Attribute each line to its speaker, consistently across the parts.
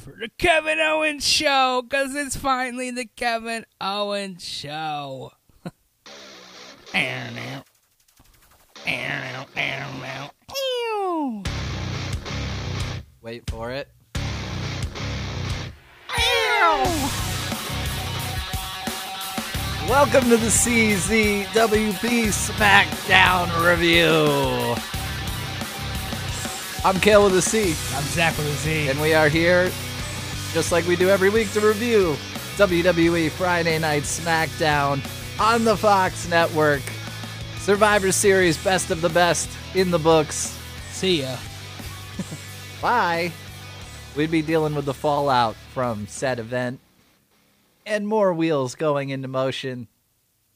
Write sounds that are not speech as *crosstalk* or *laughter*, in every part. Speaker 1: for the Kevin Owens show because it's finally the Kevin Owens show. *laughs* Ew. Ew.
Speaker 2: Wait for it.
Speaker 1: Ew.
Speaker 2: Welcome to the CZWP SmackDown review. I'm Kale with a C,
Speaker 1: I'm Zach with a Z.
Speaker 2: and we are here, just like we do every week, to review WWE Friday Night SmackDown on the Fox Network. Survivor Series Best of the Best in the books.
Speaker 1: See ya.
Speaker 2: Bye. We'd be dealing with the fallout from said event and more wheels going into motion.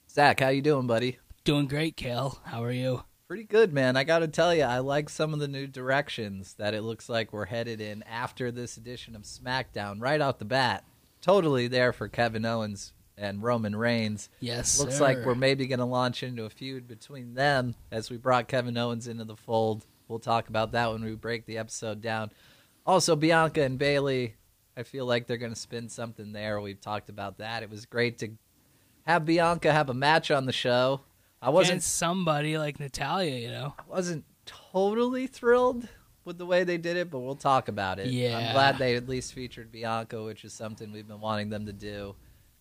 Speaker 2: Zach, how you doing, buddy?
Speaker 1: Doing great, Kale. How are you?
Speaker 2: Pretty good, man. I got to tell you, I like some of the new directions that it looks like we're headed in after this edition of SmackDown right off the bat. Totally there for Kevin Owens and Roman Reigns.
Speaker 1: Yes.
Speaker 2: Looks
Speaker 1: sir.
Speaker 2: like we're maybe going to launch into a feud between them as we brought Kevin Owens into the fold. We'll talk about that when we break the episode down. Also, Bianca and Bailey, I feel like they're going to spin something there. We've talked about that. It was great to have Bianca have a match on the show. I
Speaker 1: wasn't
Speaker 2: wasn't
Speaker 1: somebody like Natalia, you know.
Speaker 2: I wasn't totally thrilled with the way they did it, but we'll talk about it.
Speaker 1: Yeah.
Speaker 2: I'm glad they at least featured Bianca, which is something we've been wanting them to do.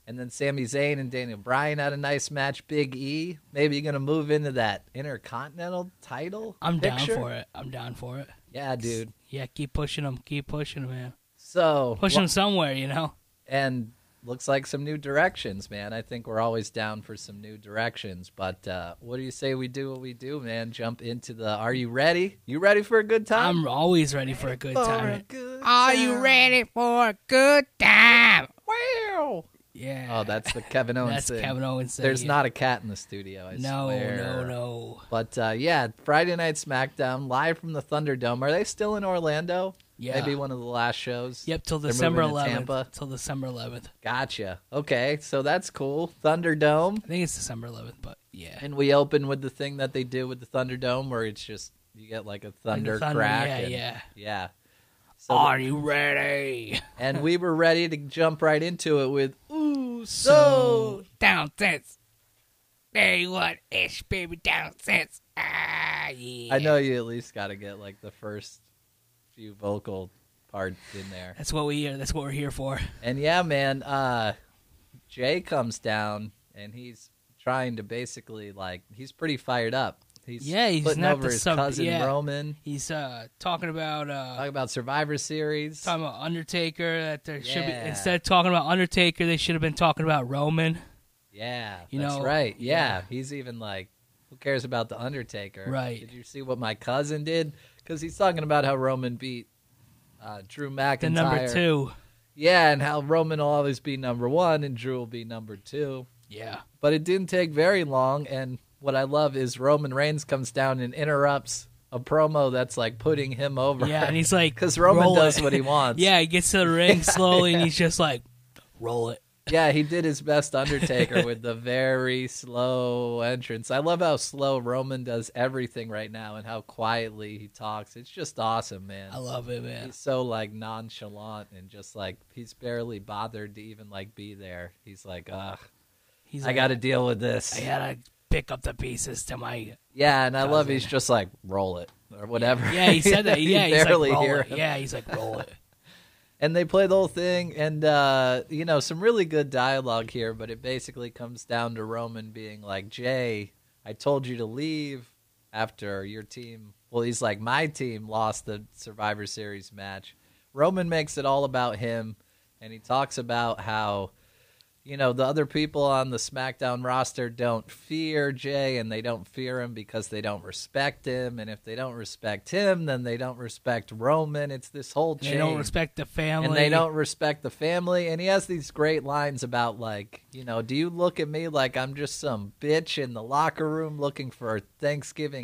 Speaker 2: And then Sami Zayn and Daniel Bryan had a nice match. Big E, maybe you're gonna move into that Intercontinental title.
Speaker 1: I'm
Speaker 2: picture?
Speaker 1: down for it. I'm down for it.
Speaker 2: Yeah, dude.
Speaker 1: Yeah, keep pushing them. Keep pushing them, man.
Speaker 2: So
Speaker 1: Push them somewhere, you know.
Speaker 2: and looks like some new directions, man. I think we're always down for some new directions. But uh, what do you say we do? What we do, man? Jump into the. Are you ready? You ready for a good time?
Speaker 1: I'm always ready for a good
Speaker 2: For
Speaker 1: time.
Speaker 2: a good
Speaker 1: Are you
Speaker 2: time.
Speaker 1: ready for a good time?
Speaker 2: Wow.
Speaker 1: Yeah.
Speaker 2: Oh, that's the Kevin Owens
Speaker 1: That's
Speaker 2: thing.
Speaker 1: Kevin Owens. saying
Speaker 2: There's
Speaker 1: it.
Speaker 2: not a cat in the studio. I
Speaker 1: No,
Speaker 2: swear.
Speaker 1: no, no.
Speaker 2: But uh, yeah, Friday Night SmackDown live from the Thunderdome. Are they still in Orlando?
Speaker 1: Yeah.
Speaker 2: Maybe one of the last shows.
Speaker 1: Yep, till
Speaker 2: They're
Speaker 1: December
Speaker 2: moving to
Speaker 1: 11th.
Speaker 2: Tampa.
Speaker 1: Till December 11th.
Speaker 2: Gotcha. Okay, so that's cool. Thunderdome.
Speaker 1: I think it's December 11th, but yeah.
Speaker 2: And we open with the thing that they do with the Thunderdome where it's just you get like a
Speaker 1: Like the
Speaker 2: thunder, crack.
Speaker 1: Yeah,
Speaker 2: and-
Speaker 1: yeah.
Speaker 2: Yeah. So
Speaker 1: Are you ready?
Speaker 2: and we were ready to jump right into it with
Speaker 1: *laughs*
Speaker 2: ooh
Speaker 1: So
Speaker 2: so
Speaker 1: down since day one ish, baby, down since. Ah, yeah.
Speaker 2: I know you at least got to get like the first few vocal parts in there.
Speaker 1: That's what we are. That's what we're here for.
Speaker 2: And yeah, man, uh Jay comes down and he's trying to basically like he's pretty fired up. He's
Speaker 1: Yeah, he's
Speaker 2: putting
Speaker 1: not
Speaker 2: over
Speaker 1: the
Speaker 2: his
Speaker 1: sub-
Speaker 2: cousin
Speaker 1: yeah.
Speaker 2: Roman.
Speaker 1: He's uh talking about uh
Speaker 2: Talk about Survivor Series.
Speaker 1: talking about Undertaker that there should be
Speaker 2: Yeah.
Speaker 1: instead of talking about Undertaker, they should have been talking about Roman.
Speaker 2: Yeah,
Speaker 1: You
Speaker 2: that's
Speaker 1: know,
Speaker 2: right. Yeah.
Speaker 1: yeah.
Speaker 2: he's even like, who cares about the Undertaker?
Speaker 1: Right.
Speaker 2: Did you see what my cousin did? Because he's talking about how Roman beat uh, Drew McIntyre.
Speaker 1: The number two.
Speaker 2: Yeah, and how Roman will always be number one and Drew will be number two.
Speaker 1: Yeah.
Speaker 2: But it didn't take very long. And what I love is Roman Reigns comes down and interrupts a promo that's like putting him over.
Speaker 1: Yeah,
Speaker 2: *laughs*
Speaker 1: and he's like
Speaker 2: because Roman
Speaker 1: roll
Speaker 2: does
Speaker 1: it. *laughs*
Speaker 2: what he wants.
Speaker 1: Yeah, he gets to the
Speaker 2: *laughs*
Speaker 1: ring slowly and he's just like, roll it.
Speaker 2: Yeah, he did his best Undertaker with the very slow entrance. I love how slow Roman does everything right now and how quietly he talks. It's just awesome, man.
Speaker 1: I love it, man.
Speaker 2: He's so like nonchalant and just like he's barely bothered to even like be there. He's like, ugh,
Speaker 1: He's
Speaker 2: I
Speaker 1: like,
Speaker 2: got to deal with this.
Speaker 1: I gotta pick up the pieces to my.
Speaker 2: yeah, and I love
Speaker 1: Cousin.
Speaker 2: he's just like roll it or *laughs* whatever.
Speaker 1: Yeah, he said
Speaker 2: *laughs*
Speaker 1: that.
Speaker 2: You
Speaker 1: Yeah, he's
Speaker 2: barely
Speaker 1: like, roll
Speaker 2: hear
Speaker 1: it.
Speaker 2: him.
Speaker 1: Yeah, he's like, roll
Speaker 2: *laughs*
Speaker 1: it.
Speaker 2: and they play the whole thing and uh you know some really good dialogue here but it basically comes down to roman being like jay i told you to leave after your team well he's like my team lost the survivor series match roman makes it all about him and he talks about how you know the other people on the smackdown roster don't fear jay and they don't fear him because they don't respect him and if they don't respect him then they don't respect roman it's this whole
Speaker 1: And
Speaker 2: chain
Speaker 1: they don't respect the family.
Speaker 2: and they don't respect the family. And he has these great lines about like, you know, do you look at me like I'm just some bitch in the locker room looking for
Speaker 1: *laughs*
Speaker 2: Thanksgiving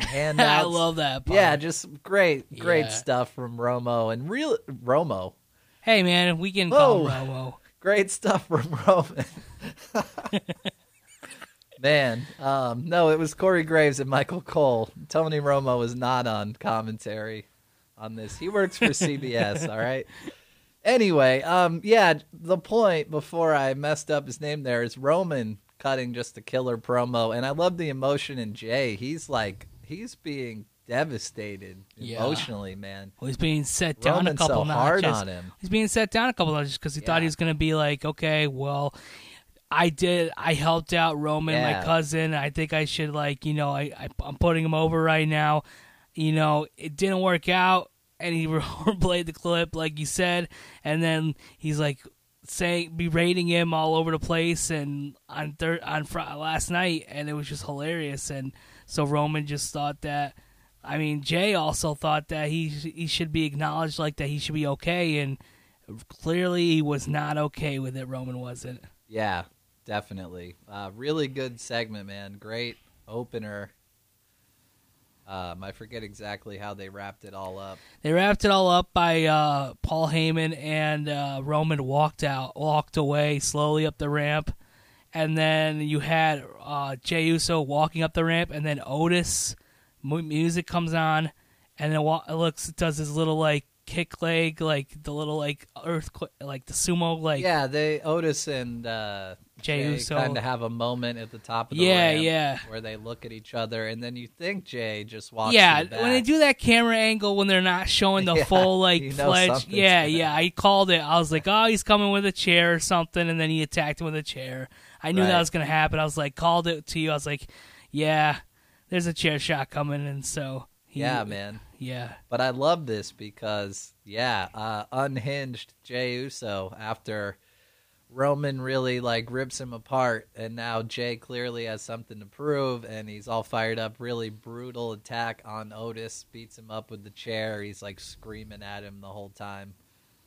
Speaker 1: *laughs*
Speaker 2: handouts?
Speaker 1: I love that. Part.
Speaker 2: yeah, just great, great
Speaker 1: Yeah.
Speaker 2: stuff from Romo and real Romo.
Speaker 1: Hey, man, we can call
Speaker 2: Whoa.
Speaker 1: him Romo.
Speaker 2: Great stuff from *laughs* Roman. Man, um, no, it was Corey Graves and Michael Cole. Tony Romo was not on commentary on this. He works for CBS, all right? Anyway, um, yeah, the point before I messed up his name there is Roman cutting just a killer promo, and I love the emotion in Jay. He's like he's being devastated
Speaker 1: Yeah.
Speaker 2: emotionally, man.
Speaker 1: Well, he's being set down
Speaker 2: Roman's
Speaker 1: a couple
Speaker 2: so hard
Speaker 1: notches.
Speaker 2: on him.
Speaker 1: He's being set down a couple notches because he
Speaker 2: Yeah.
Speaker 1: thought he was going to be like, okay, well, I did, I helped out Roman,
Speaker 2: Yeah.
Speaker 1: my cousin. I think I should like, you know, I, I I'm putting him over right now. You know, it didn't work out, and he *laughs* replayed the clip like you said, and then he's like saying berating him all over the place and on third on fr- last night and it was just hilarious and so Roman just thought that I mean, Jay also thought that he he should be acknowledged like that. He should be okay, and clearly he was not okay with it. Roman wasn't.
Speaker 2: Yeah, definitely. Uh, really good segment, man. Great opener. Um, I forget exactly how they wrapped it all up.
Speaker 1: They wrapped it all up by uh, Paul Heyman and uh, Roman walked out, walked away slowly up the ramp, and then you had uh, Jey Uso walking up the ramp, and then Otis mu- music comes on, and then wa- looks does his little like kick leg, like the little like earthquake, like the sumo, like
Speaker 2: yeah, they Otis and uh,
Speaker 1: Jey Uso.
Speaker 2: kind of have a moment at the top of the
Speaker 1: Yeah,
Speaker 2: ramp
Speaker 1: yeah.
Speaker 2: where they look at each other, and then you think Jay just walks. to
Speaker 1: yeah,
Speaker 2: the back.
Speaker 1: when they do that camera angle when they're not showing the
Speaker 2: *laughs* Yeah,
Speaker 1: full like
Speaker 2: you know
Speaker 1: fledged,
Speaker 2: something's
Speaker 1: yeah,
Speaker 2: gonna
Speaker 1: yeah. I called it. I was like, oh, he's coming with a chair or something, and then he attacked him with a chair. I knew
Speaker 2: Right.
Speaker 1: that was gonna happen. I was like, called it to you. I was like, yeah, there's a chair shot coming, and so he,
Speaker 2: yeah, man.
Speaker 1: yeah,
Speaker 2: But I love this because, yeah, uh, unhinged Jay Uso after Roman really like rips him apart, and now Jay clearly has something to prove, and he's all fired up. Really brutal attack on Otis, beats him up with the chair. He's like screaming at him the whole time.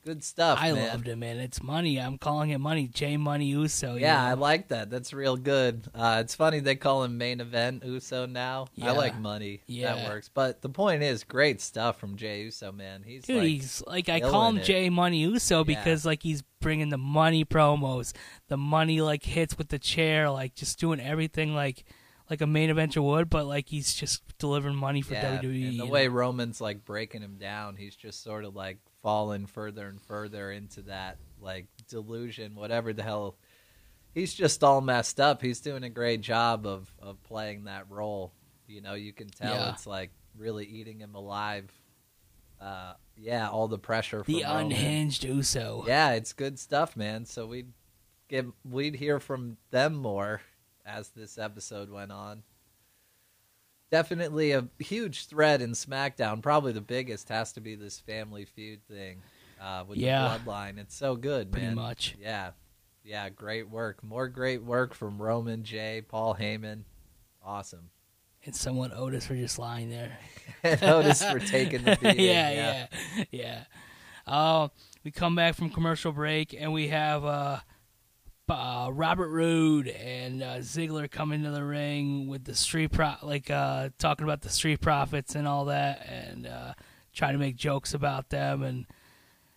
Speaker 2: Good stuff.
Speaker 1: I
Speaker 2: man.
Speaker 1: loved it, man. It's money. I'm calling it money. J Money Uso. you
Speaker 2: Yeah,
Speaker 1: know?
Speaker 2: I like that. That's real good. Uh, it's funny they call him main event Uso now.
Speaker 1: Yeah.
Speaker 2: I like money.
Speaker 1: Yeah.
Speaker 2: That works. But the point is, great stuff from Jay Uso, man. He's
Speaker 1: Dude,
Speaker 2: like,
Speaker 1: he's like I call him
Speaker 2: killing it.
Speaker 1: Jay Money Uso because like he's bringing the money promos, the money like hits with the chair, like just doing everything like like a main eventer would, but like he's just delivering money for E,
Speaker 2: yeah.
Speaker 1: WWE.
Speaker 2: And
Speaker 1: you
Speaker 2: the
Speaker 1: know?
Speaker 2: way Roman's like breaking him down, he's just sort of like falling further and further into that like delusion, whatever the hell. He's just all messed up. He's doing a great job of of playing that role. You know, you can tell
Speaker 1: Yeah.
Speaker 2: it's like really eating him alive. Uh, yeah, all the pressure.
Speaker 1: the
Speaker 2: from Roman.
Speaker 1: unhinged Uso.
Speaker 2: Yeah, it's good stuff, man. So we'd get we'd hear from them more as this episode went on. Definitely a huge thread in SmackDown. Probably the biggest has to be this family feud thing uh, with
Speaker 1: Yeah.
Speaker 2: the bloodline. It's so good,
Speaker 1: Pretty
Speaker 2: man.
Speaker 1: much.
Speaker 2: Yeah, yeah, great work. More great work from Roman J. Paul Heyman. Awesome. *laughs*
Speaker 1: And someone Otis for just lying there.
Speaker 2: And Otis for
Speaker 1: *laughs*
Speaker 2: taking the beating.
Speaker 1: yeah, yeah, yeah. Uh, we come back from commercial break and we have uh, uh, Robert Roode and uh, Ziggler come into the ring with the street pro, like uh, talking about the street profits and all that, and uh, trying to make jokes about them, and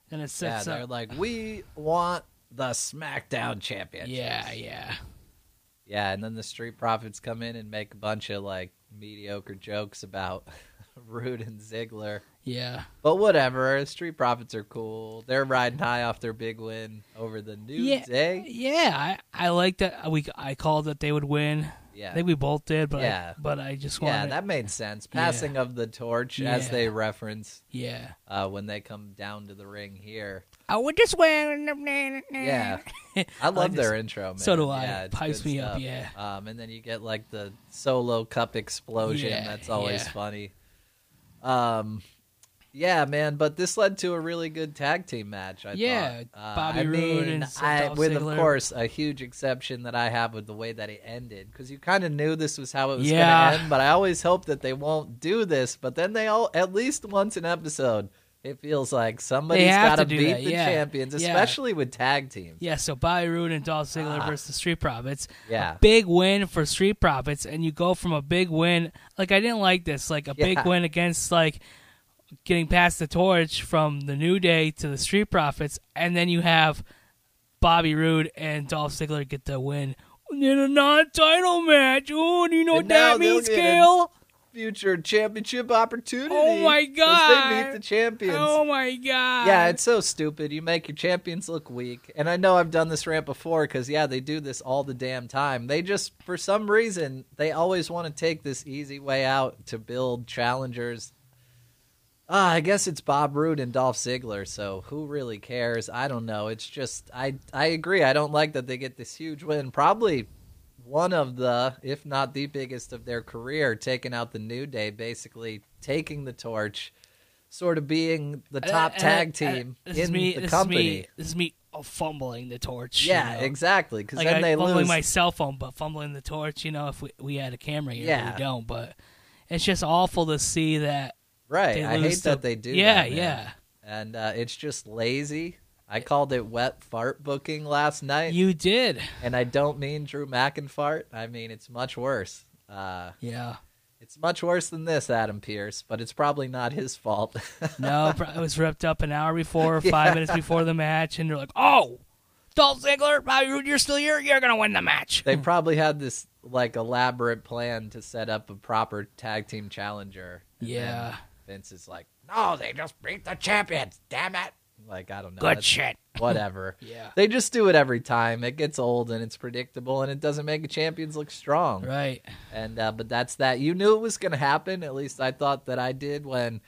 Speaker 1: then it
Speaker 2: yeah.
Speaker 1: sets
Speaker 2: They're
Speaker 1: up.
Speaker 2: like, we want the SmackDown champion.
Speaker 1: yeah, yeah,
Speaker 2: Yeah, and then the street profits come in and make a bunch of like mediocre jokes about *laughs* Rude and Ziggler.
Speaker 1: yeah.
Speaker 2: But whatever, street profits are cool. They're riding high off their big win over the new
Speaker 1: Yeah.
Speaker 2: day.
Speaker 1: Yeah, I, I like that. uh, We I called that they would win. I
Speaker 2: Yeah.
Speaker 1: think we both did, but
Speaker 2: Yeah.
Speaker 1: I, but I just
Speaker 2: yeah,
Speaker 1: wanted
Speaker 2: that made sense. Passing of the torch as
Speaker 1: Yeah.
Speaker 2: they reference
Speaker 1: yeah.
Speaker 2: uh, when they come down to the ring here.
Speaker 1: I would just win. *laughs*
Speaker 2: Yeah. I love
Speaker 1: this.
Speaker 2: their intro, man.
Speaker 1: So do I.
Speaker 2: Yeah, it's
Speaker 1: Pipes
Speaker 2: good
Speaker 1: me up,
Speaker 2: stuff.
Speaker 1: yeah.
Speaker 2: Um, and then you get like the solo cup explosion.
Speaker 1: Yeah,
Speaker 2: That's always
Speaker 1: yeah.
Speaker 2: funny. Um, yeah, man. But this led to a really good tag team match. I
Speaker 1: Yeah,
Speaker 2: thought. Uh,
Speaker 1: Bobby
Speaker 2: I
Speaker 1: Roode and
Speaker 2: mean,
Speaker 1: Dolph
Speaker 2: I, with of
Speaker 1: Ziggler.
Speaker 2: course a huge exception that I have with the way that it ended because you kind of knew this was how it was
Speaker 1: Yeah.
Speaker 2: going to end. But I always hope that they won't do this. But then they all at least once an episode. It feels like somebody's
Speaker 1: have
Speaker 2: got to
Speaker 1: to do
Speaker 2: beat
Speaker 1: that,
Speaker 2: the
Speaker 1: yeah.
Speaker 2: champions,
Speaker 1: Yeah.
Speaker 2: especially with tag teams.
Speaker 1: Yeah, so Bobby Roode and Dolph Ziggler
Speaker 2: Ah.
Speaker 1: versus Street Profits.
Speaker 2: Yeah.
Speaker 1: A big win for Street Profits, and you go from a big win. Like, I didn't like this. Like, a big
Speaker 2: Yeah.
Speaker 1: win against, like, getting past the torch from the New Day to the Street Profits, and then you have Bobby Roode and Dolph Ziggler get the win in a non title match. Oh, do you know
Speaker 2: And
Speaker 1: what that
Speaker 2: now they'll
Speaker 1: means,
Speaker 2: get an
Speaker 1: Gail?
Speaker 2: future championship opportunity.
Speaker 1: Oh my
Speaker 2: As they
Speaker 1: God.
Speaker 2: meet the champions.
Speaker 1: Oh my god.
Speaker 2: Yeah, it's so stupid. You make your champions look weak. And I know I've done this rant before because, yeah, they do this all the damn time. They just, for some reason, they always want to take this easy way out to build challengers. Ah, I guess it's Bob Roode and Dolph Ziggler, so who really cares? I don't know. It's just, I, I agree. I don't like that they get this huge win. Probably one of the, if not the biggest of their career, taking out the New Day, basically taking the torch, sort of being the top
Speaker 1: And-
Speaker 2: tag
Speaker 1: and-
Speaker 2: team
Speaker 1: and Uh, this is
Speaker 2: in
Speaker 1: me,
Speaker 2: the
Speaker 1: this
Speaker 2: company.
Speaker 1: Is me, this is me oh, fumbling the torch. you
Speaker 2: Yeah,
Speaker 1: know?
Speaker 2: exactly. Because
Speaker 1: Like
Speaker 2: then
Speaker 1: I,
Speaker 2: they
Speaker 1: fumbling
Speaker 2: lose.
Speaker 1: my cell phone, but fumbling the torch. You know, if we we had a camera here,
Speaker 2: Yeah.
Speaker 1: we don't. But it's just awful to see that.
Speaker 2: *laughs* Right.
Speaker 1: They
Speaker 2: I
Speaker 1: lose
Speaker 2: hate
Speaker 1: the-
Speaker 2: that they do.
Speaker 1: yeah,
Speaker 2: that, man.
Speaker 1: yeah.
Speaker 2: And uh, it's just lazy. I called it wet fart booking last night,
Speaker 1: You did.
Speaker 2: and I don't mean Drew McInfart. I mean it's much worse. Uh,
Speaker 1: Yeah.
Speaker 2: it's much worse than this, Adam Pierce, but it's probably not his fault. *laughs*
Speaker 1: No, bro, it was ripped up an hour before, five minutes before the match, and they're like, "Oh, Dolph Ziggler, Bobby Roode, you're still here. You're gonna win the match."
Speaker 2: they probably had this like elaborate plan to set up a proper tag team challenger. And then
Speaker 1: Yeah.
Speaker 2: Vince is like, no, they just beat the champions. Damn it. Like I don't know.
Speaker 1: Good
Speaker 2: that's-
Speaker 1: shit.
Speaker 2: Whatever.
Speaker 1: *laughs* Yeah.
Speaker 2: They just do it every time. It gets old and it's predictable and it doesn't make the champions look strong.
Speaker 1: Right.
Speaker 2: And uh, but that's that. You knew it was going to happen. At least I thought that I did when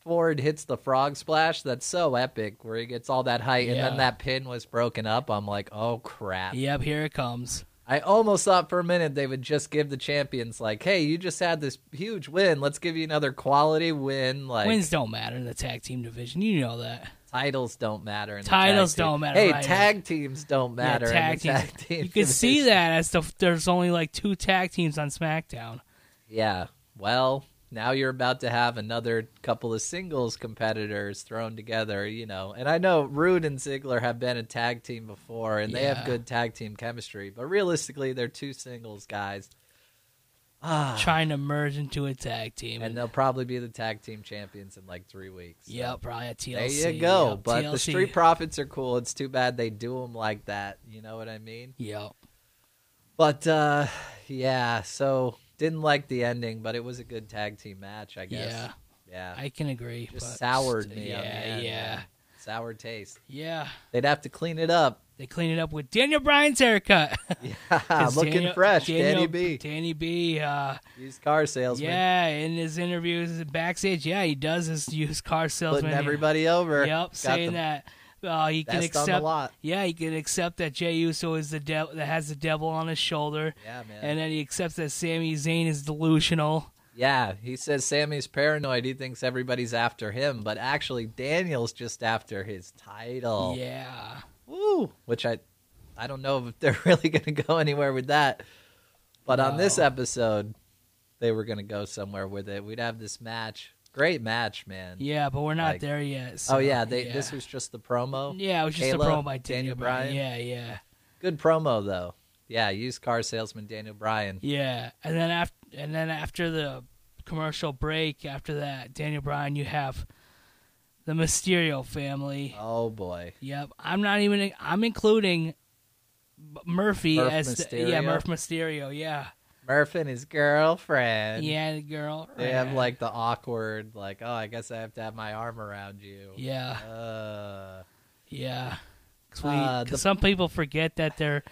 Speaker 2: Ford hits the frog splash. That's so epic, where he gets all that height and
Speaker 1: Yeah.
Speaker 2: then that pin was broken up. I'm like, oh crap.
Speaker 1: Yep. Here it comes.
Speaker 2: I almost thought for a minute they would just give the champions like, hey, you just had this huge win. Let's give you another quality win. Like
Speaker 1: Wins don't matter in the tag team division. You know that.
Speaker 2: titles don't matter. In the
Speaker 1: Titles
Speaker 2: tag team.
Speaker 1: don't matter,
Speaker 2: Hey,
Speaker 1: right.
Speaker 2: tag teams don't matter.
Speaker 1: Yeah,
Speaker 2: tag,
Speaker 1: tag
Speaker 2: in the
Speaker 1: teams.
Speaker 2: tag *laughs* team.
Speaker 1: You can see
Speaker 2: division.
Speaker 1: that as the, there's only like two tag teams on SmackDown.
Speaker 2: Yeah. Well, now you're about to have another couple of singles competitors thrown together, you know. And I know Rude and Ziggler have been a tag team before and they have
Speaker 1: Yeah.
Speaker 2: good tag team chemistry, but realistically they're two singles guys. Ah.
Speaker 1: trying to merge into a tag team.
Speaker 2: And they'll probably be the tag team champions in like 3 weeks.
Speaker 1: yep, probably at TLC.
Speaker 2: There you go.
Speaker 1: Yep,
Speaker 2: but the
Speaker 1: TLC.
Speaker 2: Street Profits are cool. It's too bad they do them like that. You know what I mean?
Speaker 1: Yep.
Speaker 2: But uh yeah, so didn't like the ending, but it was a good tag team match, I guess.
Speaker 1: Yeah,
Speaker 2: Yeah.
Speaker 1: I can agree.
Speaker 2: just
Speaker 1: but
Speaker 2: soured
Speaker 1: st-
Speaker 2: me.
Speaker 1: Yeah,
Speaker 2: on the end,
Speaker 1: yeah,
Speaker 2: man. Sour taste.
Speaker 1: yeah.
Speaker 2: They'd have to clean
Speaker 1: *laughs*
Speaker 2: it up.
Speaker 1: They clean it up with Daniel Bryan's
Speaker 2: *laughs*
Speaker 1: haircut.
Speaker 2: Yeah,
Speaker 1: 'Cause
Speaker 2: Ah, looking
Speaker 1: Daniel-
Speaker 2: fresh,
Speaker 1: Daniel-
Speaker 2: Danny B.
Speaker 1: Danny B. Uh,
Speaker 2: Used car salesman,
Speaker 1: yeah, in his interviews backstage, yeah, he does his used car salesman.
Speaker 2: putting everybody over.
Speaker 1: Yep, saying that. Uh, he can
Speaker 2: best on the
Speaker 1: accept.
Speaker 2: lot.
Speaker 1: Yeah, he can accept that Jey Uso is the devil that has the devil on his shoulder.
Speaker 2: Yeah, man.
Speaker 1: And then he accepts that Sami Zayn is delusional.
Speaker 2: yeah, he says Sammy's paranoid. He thinks everybody's after him, but actually Daniel's just after his title.
Speaker 1: Yeah.
Speaker 2: Woo! Which I, I don't know if they're *laughs* really going to go anywhere with that. But on this
Speaker 1: No.
Speaker 2: episode, they were going to go somewhere with it. We'd have this match. Great match, man.
Speaker 1: Yeah, but we're not
Speaker 2: Like-
Speaker 1: there yet. so,
Speaker 2: Oh yeah, they this was just the promo.
Speaker 1: Yeah, it was just
Speaker 2: Kayla,
Speaker 1: a promo by
Speaker 2: Daniel
Speaker 1: Daniel
Speaker 2: Bryan.
Speaker 1: Bryan. Yeah, yeah.
Speaker 2: Good promo though. Yeah, used car salesman Daniel Bryan.
Speaker 1: Yeah. And then after and then after the commercial break after that, Daniel Bryan, you have the Mysterio family.
Speaker 2: Oh boy.
Speaker 1: Yep, I'm not even. I'm including B- Murphy
Speaker 2: Murph
Speaker 1: as the, yeah
Speaker 2: Mysterio?
Speaker 1: Murph Mysterio. Yeah,
Speaker 2: Murph and his girlfriend.
Speaker 1: yeah, the girl.
Speaker 2: They have like the awkward, like, oh, I guess I have to have my arm around you.
Speaker 1: yeah,
Speaker 2: Uh,
Speaker 1: yeah. 'Cause we,
Speaker 2: Uh,
Speaker 1: 'cause
Speaker 2: the-
Speaker 1: some people forget that they're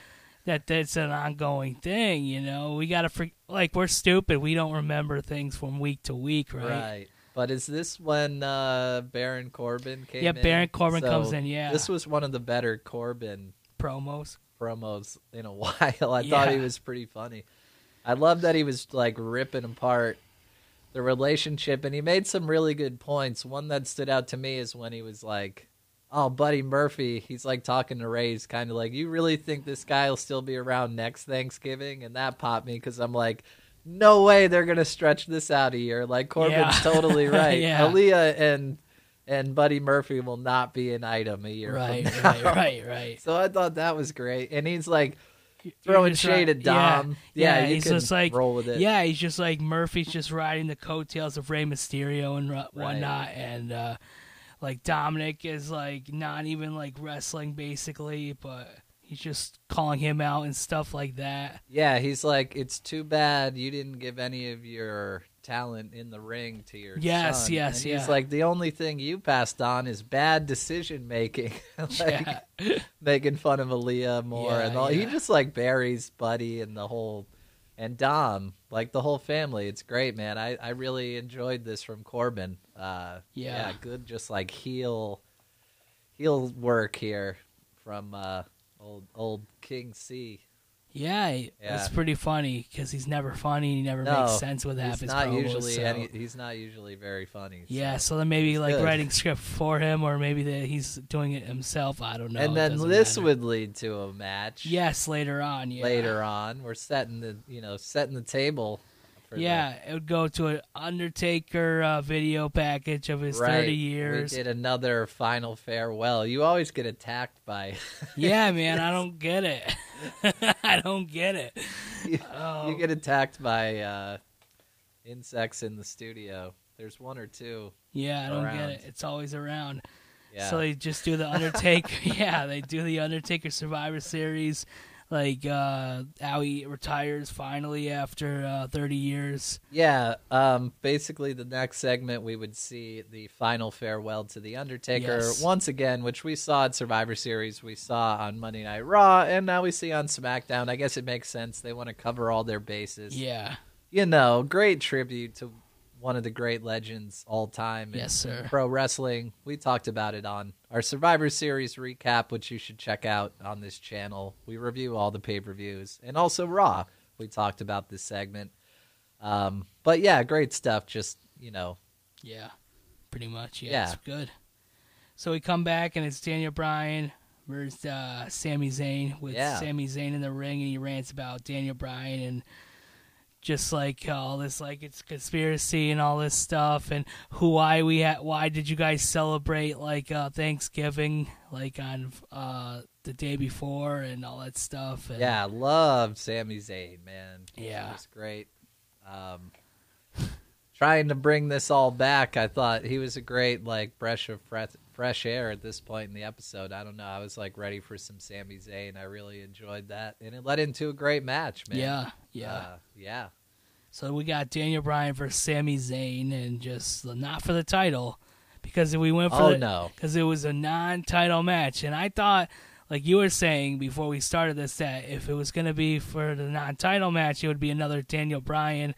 Speaker 1: that that's an ongoing thing. You know, we gotta for, like we're stupid. We don't remember things from week to week, right?
Speaker 2: right. But is this when uh, Baron Corbin came
Speaker 1: Yeah,
Speaker 2: in?
Speaker 1: Baron Corbin comes in, yeah.
Speaker 2: This was one of the better Corbin
Speaker 1: Promos.
Speaker 2: promos in a *laughs* while. I thought
Speaker 1: Yeah.
Speaker 2: he was pretty funny. I love that he was like ripping apart the relationship and he made some really good points. One that stood out to me is when he was like, Oh, Buddy Murphy, he's like talking to Ray. He's kind of like, You really think this guy will still be around next Thanksgiving? And that popped me because I'm like, No way they're going to stretch this out a year. Like, Corbin's
Speaker 1: Yeah. *laughs*
Speaker 2: totally right.
Speaker 1: Yeah.
Speaker 2: Aaliyah and and Buddy Murphy will not be an item a year
Speaker 1: Right,
Speaker 2: from now. *laughs*
Speaker 1: right, right, right.
Speaker 2: So I thought that was great. And he's like
Speaker 1: You're
Speaker 2: throwing
Speaker 1: just
Speaker 2: shade
Speaker 1: right.
Speaker 2: at Dom. Yeah,
Speaker 1: Yeah,
Speaker 2: you
Speaker 1: he's
Speaker 2: can
Speaker 1: just like
Speaker 2: roll with it.
Speaker 1: Yeah, he's just like Murphy's just riding the coattails of Rey Mysterio and ru- whatnot, and uh, like Dominic is like not even like wrestling basically, but he's just calling him out and stuff like that.
Speaker 2: yeah, he's like, it's too bad you didn't give any of your talent in the ring to your
Speaker 1: Yes,
Speaker 2: son.
Speaker 1: yes,
Speaker 2: and
Speaker 1: yeah.
Speaker 2: He's like the only thing you passed on is bad decision making, *laughs* like
Speaker 1: yeah.
Speaker 2: making fun of Aaliyah more
Speaker 1: Yeah,
Speaker 2: and all. He
Speaker 1: yeah.
Speaker 2: just like buries Buddy and the whole and Dom, like the whole family. It's great, man. I I really enjoyed this from Corbin. Uh,
Speaker 1: Yeah.
Speaker 2: good, just like heel heel work here from uh, old old King C.
Speaker 1: Yeah,
Speaker 2: Yeah.
Speaker 1: it's pretty funny because he's never funny. He never
Speaker 2: No,
Speaker 1: makes sense with half
Speaker 2: he's
Speaker 1: his
Speaker 2: not
Speaker 1: promos,
Speaker 2: usually
Speaker 1: so-
Speaker 2: any, he's not usually very funny.
Speaker 1: Yeah,
Speaker 2: so-
Speaker 1: so then maybe like
Speaker 2: good.
Speaker 1: writing script for him, or maybe that he's doing it himself. I don't know.
Speaker 2: and
Speaker 1: It
Speaker 2: then
Speaker 1: doesn't
Speaker 2: this
Speaker 1: matter.
Speaker 2: would lead to a match.
Speaker 1: yes later on. Yeah.
Speaker 2: Later on, we're setting the you know setting the table. For the-
Speaker 1: Yeah, it would go to an Undertaker uh, video package of his
Speaker 2: right.
Speaker 1: thirty years.
Speaker 2: We did another final farewell. You always get attacked by.
Speaker 1: *laughs*
Speaker 2: *laughs*
Speaker 1: Yeah, man, I don't get it. *laughs* I don't get it.
Speaker 2: you,
Speaker 1: Oh.
Speaker 2: you get attacked by uh, insects in the studio. There's one or two.
Speaker 1: Yeah, I don't
Speaker 2: around.
Speaker 1: get it. It's always around.
Speaker 2: Yeah.
Speaker 1: So they just do the Undertaker. *laughs* yeah, they do the Undertaker Survivor Series. Like uh, how he retires finally after uh, thirty years.
Speaker 2: Yeah, um, basically the next segment we would see the final farewell to the Undertaker
Speaker 1: Yes.
Speaker 2: once again, which we saw at Survivor Series, we saw on Monday Night Raw, and now we see on SmackDown. I guess it makes sense they want to cover all their bases.
Speaker 1: Yeah.
Speaker 2: you know, great tribute to one of the great legends all time. in
Speaker 1: Yes, sir.
Speaker 2: Pro wrestling. We talked about it on our Survivor Series recap, which you should check out on this channel. We review all the pay per views and also Raw. We talked about this segment. Um, but yeah, great stuff. Just, you know,
Speaker 1: Yeah, pretty much. Yeah,
Speaker 2: Yeah.
Speaker 1: it's good. So we come back and it's Daniel Bryan versus uh, Sami Zayn with
Speaker 2: Yeah.
Speaker 1: Sami Zayn in the ring, and he rants about Daniel Bryan and just like uh, all this, like it's conspiracy and all this stuff, and who why we ha- why did you guys celebrate like uh, Thanksgiving like on uh, the day before and all that stuff? And
Speaker 2: yeah, love Sami Zayn, man.
Speaker 1: Yeah.
Speaker 2: He was great. Um, trying to bring this all back, I thought he was a great like breath of fresh, fresh air at this point in the episode. I don't know. I was like ready for some Sami Zayn. I really enjoyed that, and it led into a great match, man.
Speaker 1: yeah, yeah.
Speaker 2: Uh, yeah.
Speaker 1: So we got Daniel Bryan versus Sami Zayn, and just not for the title, because if we went for
Speaker 2: Oh
Speaker 1: the,
Speaker 2: no.
Speaker 1: because it was a non-title match, and I thought, like you were saying before we started this, that if it was going to be for the non-title match, it would be another Daniel Bryan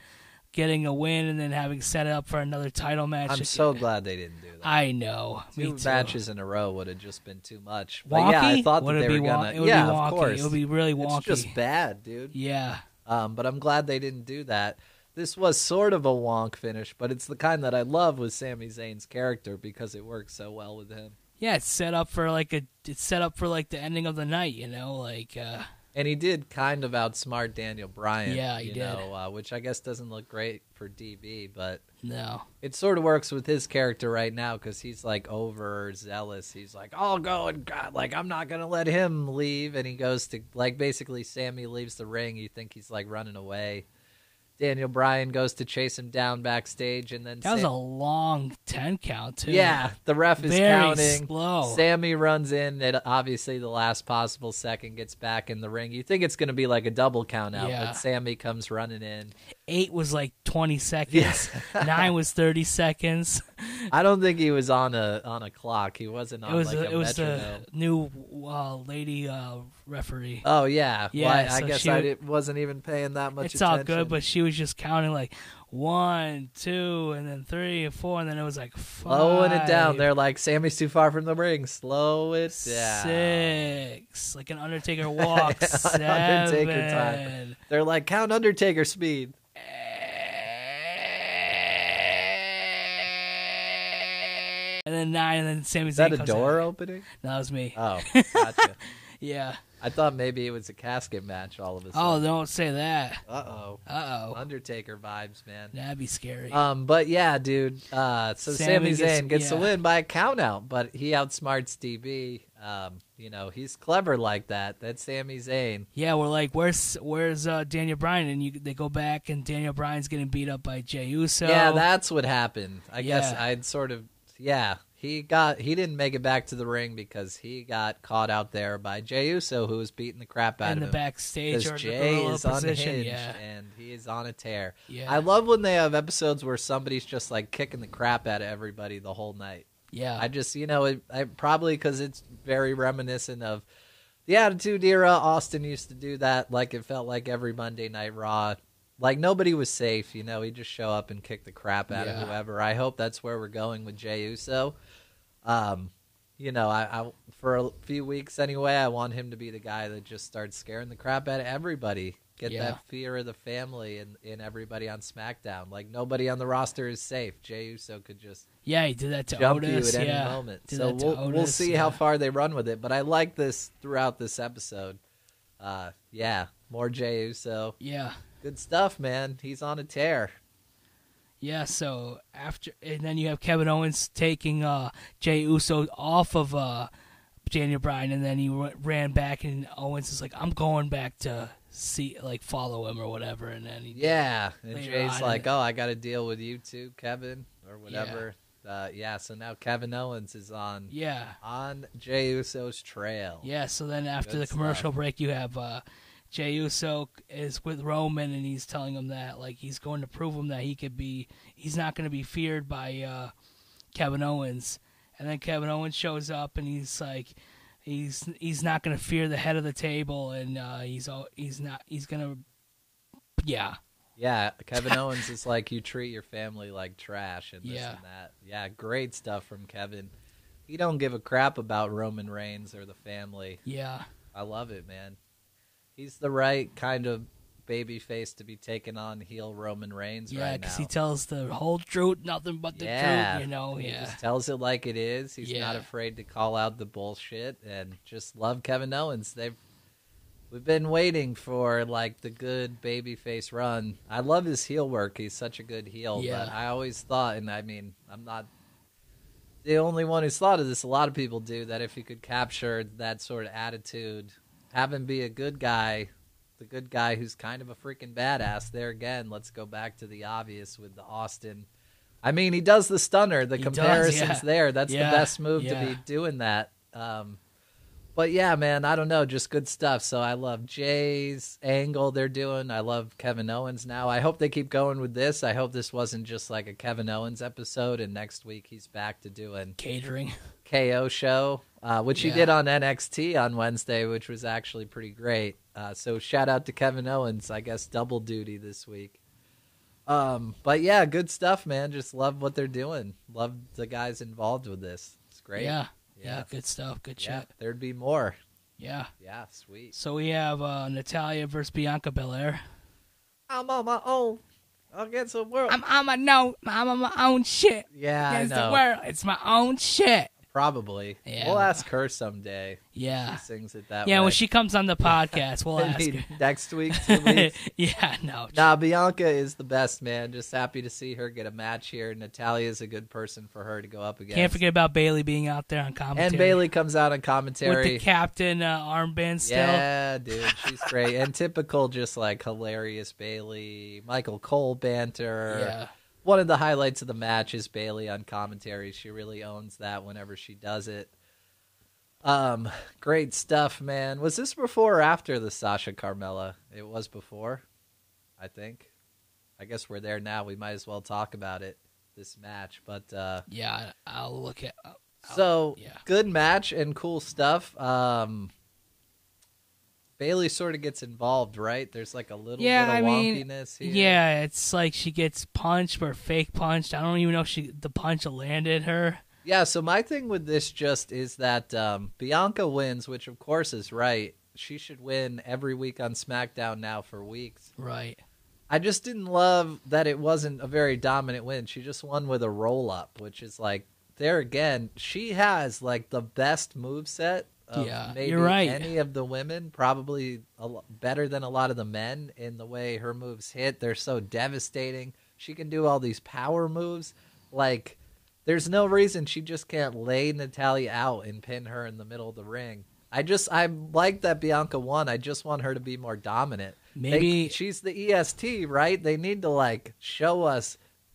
Speaker 1: getting a win and then having set it up for another title match.
Speaker 2: I'm so glad they didn't do that.
Speaker 1: I know. me
Speaker 2: Two
Speaker 1: too.
Speaker 2: matches in a row would have just been too much. But
Speaker 1: Wonky?
Speaker 2: yeah, I thought
Speaker 1: would
Speaker 2: that
Speaker 1: it
Speaker 2: they
Speaker 1: be
Speaker 2: were
Speaker 1: won-
Speaker 2: gonna.
Speaker 1: It would
Speaker 2: yeah,
Speaker 1: be wonky.
Speaker 2: of course.
Speaker 1: It would be really wonky.
Speaker 2: It's just bad, dude.
Speaker 1: yeah.
Speaker 2: Um, but I'm glad they didn't do that. This was sort of a wonk finish, but it's the kind that I love with Sami Zayn's character because it works so well with him.
Speaker 1: Yeah, it's set up for like a it's set up for like the ending of the night, you know, like uh
Speaker 2: And he did kind of outsmart Daniel Bryan.
Speaker 1: Yeah, he
Speaker 2: you
Speaker 1: did.
Speaker 2: Know, uh, which I guess doesn't look great for DB, but
Speaker 1: no.
Speaker 2: it sort of works with his character right now because he's like overzealous. He's like, I'll go and God, like, I'm not going to let him leave. And he goes to, like, basically, Sammy leaves the ring. You think he's like running away. Daniel Bryan goes to chase him down backstage. And then
Speaker 1: That was
Speaker 2: Sa-
Speaker 1: a long 10 count too.
Speaker 2: Yeah, the ref is
Speaker 1: Very
Speaker 2: counting.
Speaker 1: slow.
Speaker 2: Sammy runs in at obviously the last possible second, gets back in the ring. You think it's going to be like a double count out,
Speaker 1: Yeah.
Speaker 2: but Sammy comes
Speaker 1: *laughs*
Speaker 2: running in.
Speaker 1: eight was like 20 seconds *laughs* nine was 30 seconds
Speaker 2: I don't think he was on a on a clock. He wasn't on
Speaker 1: it was
Speaker 2: like
Speaker 1: the,
Speaker 2: a
Speaker 1: it was
Speaker 2: metronome.
Speaker 1: the new uh, lady uh, referee
Speaker 2: Oh yeah,
Speaker 1: Yeah,
Speaker 2: Well, I, I
Speaker 1: so
Speaker 2: guess
Speaker 1: she
Speaker 2: I
Speaker 1: would-
Speaker 2: did, wasn't even paying that much.
Speaker 1: it's all
Speaker 2: attention.
Speaker 1: good but she was just counting like one two and then three and four and then it was like five,
Speaker 2: slowing it down. They're like Sammy's too far from the ring. Slow it down.
Speaker 1: six like an
Speaker 2: *laughs*
Speaker 1: undertaker walk seven
Speaker 2: Undertaker time. They're like count Undertaker speed.
Speaker 1: and then nine and then Sami Zayn
Speaker 2: Is that a
Speaker 1: comes in.
Speaker 2: door opening?
Speaker 1: No, that was me *laughs*
Speaker 2: Oh, gotcha.
Speaker 1: yeah
Speaker 2: I thought maybe it was a casket match all of a
Speaker 1: oh
Speaker 2: sudden.
Speaker 1: don't say that
Speaker 2: Oh, uh
Speaker 1: uh
Speaker 2: oh.
Speaker 1: oh
Speaker 2: Undertaker vibes, man.
Speaker 1: that'd be scary
Speaker 2: Um, but yeah, dude. Uh, so
Speaker 1: Sammy
Speaker 2: Sami
Speaker 1: gets-
Speaker 2: Zayn gets the
Speaker 1: yeah.
Speaker 2: win by a countout, but he outsmarts DB. Um, you know, he's clever like that. That's Sami Zayn.
Speaker 1: Yeah, we're like, where's where's uh, Daniel Bryan? And you, they go back, and Daniel Bryan's getting beat up by Jey Uso.
Speaker 2: yeah, that's what happened. I guess
Speaker 1: Yeah.
Speaker 2: I'd sort of, yeah. he got he didn't make it back to the ring because he got caught out there by Jey Uso, who was beating the crap out
Speaker 1: in the
Speaker 2: of him.
Speaker 1: backstage
Speaker 2: Because
Speaker 1: or the
Speaker 2: Jay
Speaker 1: gorilla
Speaker 2: is on
Speaker 1: position.
Speaker 2: unhinged
Speaker 1: Yeah,
Speaker 2: and he is on a tear.
Speaker 1: yeah,
Speaker 2: I love when they have episodes where somebody's just like kicking the crap out of everybody the whole night.
Speaker 1: yeah.
Speaker 2: I just, you know, it, I probably because it's very reminiscent of the Attitude Era. Austin used to do that. Like it felt like every Monday Night Raw, like nobody was safe. You know, he'd just show up and kick the crap out
Speaker 1: Yeah.
Speaker 2: of whoever. I hope that's where we're going with Jey Uso. Um, you know, I, I for a few weeks anyway, I want him to be the guy that just starts scaring the crap out of everybody. Get
Speaker 1: Yeah.
Speaker 2: that fear of the family and in everybody on SmackDown. Like nobody on the roster is safe. Jey Uso could just
Speaker 1: yeah, he did that to
Speaker 2: jump
Speaker 1: Otis.
Speaker 2: you at
Speaker 1: yeah.
Speaker 2: any moment.
Speaker 1: Did
Speaker 2: so
Speaker 1: that to
Speaker 2: we'll, we'll
Speaker 1: Otis,
Speaker 2: see
Speaker 1: yeah.
Speaker 2: how far they run with it. But I like this throughout this episode. Uh, yeah, more Jey Uso.
Speaker 1: Yeah,
Speaker 2: Good stuff, man. He's on a tear.
Speaker 1: yeah. So after, and then you have Kevin Owens taking uh, Jay Uso off of uh, Daniel Bryan, and then he r- ran back, and Owens is like, "I'm going back to see, like, follow him or whatever," and then he
Speaker 2: Yeah, and
Speaker 1: Later
Speaker 2: Jay's
Speaker 1: on.
Speaker 2: like, "Oh, I got to deal with you too, Kevin, or whatever." Uh, yeah, so now Kevin Owens is on
Speaker 1: yeah.
Speaker 2: on Jey Uso's trail.
Speaker 1: Yeah, so then after
Speaker 2: Good
Speaker 1: the commercial break, you have uh, Jey Uso is with Roman, and he's telling him that like he's going to prove him that he could be, he's not going to be feared by uh, Kevin Owens. And then Kevin Owens shows up, and he's like, he's he's not going to fear the head of the table, and uh, he's all, he's not he's going to, yeah,
Speaker 2: Yeah,
Speaker 1: *laughs*
Speaker 2: Kevin Owens is like you treat your family like trash and this
Speaker 1: Yeah.
Speaker 2: and that. Yeah, great stuff from Kevin. He don't give a crap about Roman Reigns or the family.
Speaker 1: yeah,
Speaker 2: I love it, man. He's the right kind of baby face to be taken on heel Roman Reigns
Speaker 1: yeah,
Speaker 2: right now.
Speaker 1: because he tells the whole truth, nothing but the
Speaker 2: Yeah.
Speaker 1: truth, you know,
Speaker 2: He
Speaker 1: yeah,
Speaker 2: just tells it like it is. He's not
Speaker 1: Yeah.
Speaker 2: afraid to call out the bullshit and just love Kevin Owens. They've we've been waiting for like the good babyface run. I love his heel work. He's such a good heel. But
Speaker 1: Yeah.
Speaker 2: I always thought, and I mean, I'm not the only one who's thought of this. A lot of people do that. If you could capture that sort of attitude, have him be a good guy. The good guy who's kind of a freaking badass. There again, let's go back to the obvious with the Austin I mean, he does the stunner. The
Speaker 1: He does,
Speaker 2: comparison's
Speaker 1: yeah.
Speaker 2: there. That's
Speaker 1: Yeah,
Speaker 2: the best move to
Speaker 1: yeah.
Speaker 2: be doing that. Um, but yeah, man, I don't know, just good stuff. So I love Jay's angle they're doing. I love Kevin Owens now. I hope they keep going with this. I hope this wasn't just like a Kevin Owens episode, and next week he's back to doing
Speaker 1: catering,
Speaker 2: KO show, uh, which
Speaker 1: Yeah.
Speaker 2: he did on NXT on Wednesday, which was actually pretty great. Uh, so shout out to Kevin Owens, I guess double duty this week. Um, but yeah, good stuff, man. Just love what they're doing. Love the guys involved with this. It's great.
Speaker 1: yeah, yeah,
Speaker 2: Yeah.
Speaker 1: good stuff, good
Speaker 2: Yeah,
Speaker 1: shit,
Speaker 2: There'd be more.
Speaker 1: yeah.
Speaker 2: Yeah. Sweet.
Speaker 1: So we have uh, Natalia versus Bianca Belair.
Speaker 2: I'm on my own against the world.
Speaker 1: I'm on my own. I'm on my own shit.
Speaker 2: yeah, I
Speaker 1: Against the
Speaker 2: know.
Speaker 1: world, it's my own shit.
Speaker 2: Probably.
Speaker 1: Yeah.
Speaker 2: We'll ask her someday. She
Speaker 1: Yeah,
Speaker 2: sings it that
Speaker 1: yeah.
Speaker 2: way.
Speaker 1: When she comes on
Speaker 2: *laughs*
Speaker 1: the podcast, we'll
Speaker 2: I
Speaker 1: ask
Speaker 2: mean, next week, *laughs* two
Speaker 1: her. *laughs*
Speaker 2: weeks.
Speaker 1: yeah, no,
Speaker 2: Nah, Bianca is the best, man. Just happy to see her get a match here. Natalia is a good person for her to go up against.
Speaker 1: can't forget about Bailey being out there on commentary.
Speaker 2: And Bailey comes out on
Speaker 1: with
Speaker 2: commentary.
Speaker 1: the captain uh, armband still.
Speaker 2: yeah, dude, she's great. and typical, just like hilarious Bailey, Michael Cole banter.
Speaker 1: Yeah,
Speaker 2: One of the highlights of the match is Bailey on commentary. She really owns that whenever she does it. Um, great stuff, man. Was this before or after the Sasha Carmella? It was before, I think. I guess we're there now. We might as well talk about it this match. But uh,
Speaker 1: yeah. I- I'll look at. uh,
Speaker 2: so
Speaker 1: yeah.
Speaker 2: good match and cool stuff. Um, Bailey sort of gets involved, right? There's like a little
Speaker 1: Yeah,
Speaker 2: bit of
Speaker 1: I mean,
Speaker 2: wonkiness here.
Speaker 1: Yeah, it's like she gets punched or fake punched. I don't even know if she the punch landed her.
Speaker 2: Yeah, so my thing with this just is that um, Bianca wins, which of course is right. She should win every week on SmackDown now for weeks.
Speaker 1: Right.
Speaker 2: I just didn't love that it wasn't a very dominant win. She just won with a roll up, which is like there again, she has like the best moveset of
Speaker 1: Yeah,
Speaker 2: maybe
Speaker 1: you're right.
Speaker 2: any of the women, probably a lo- better than a lot of the men in the way her moves hit. They're so devastating. She can do all these power moves. Like there's no reason she just can't lay Natalia out and pin her in the middle of the ring. I just I like that Bianca won. I just want her to E be more dominant. They-
Speaker 1: Maybe-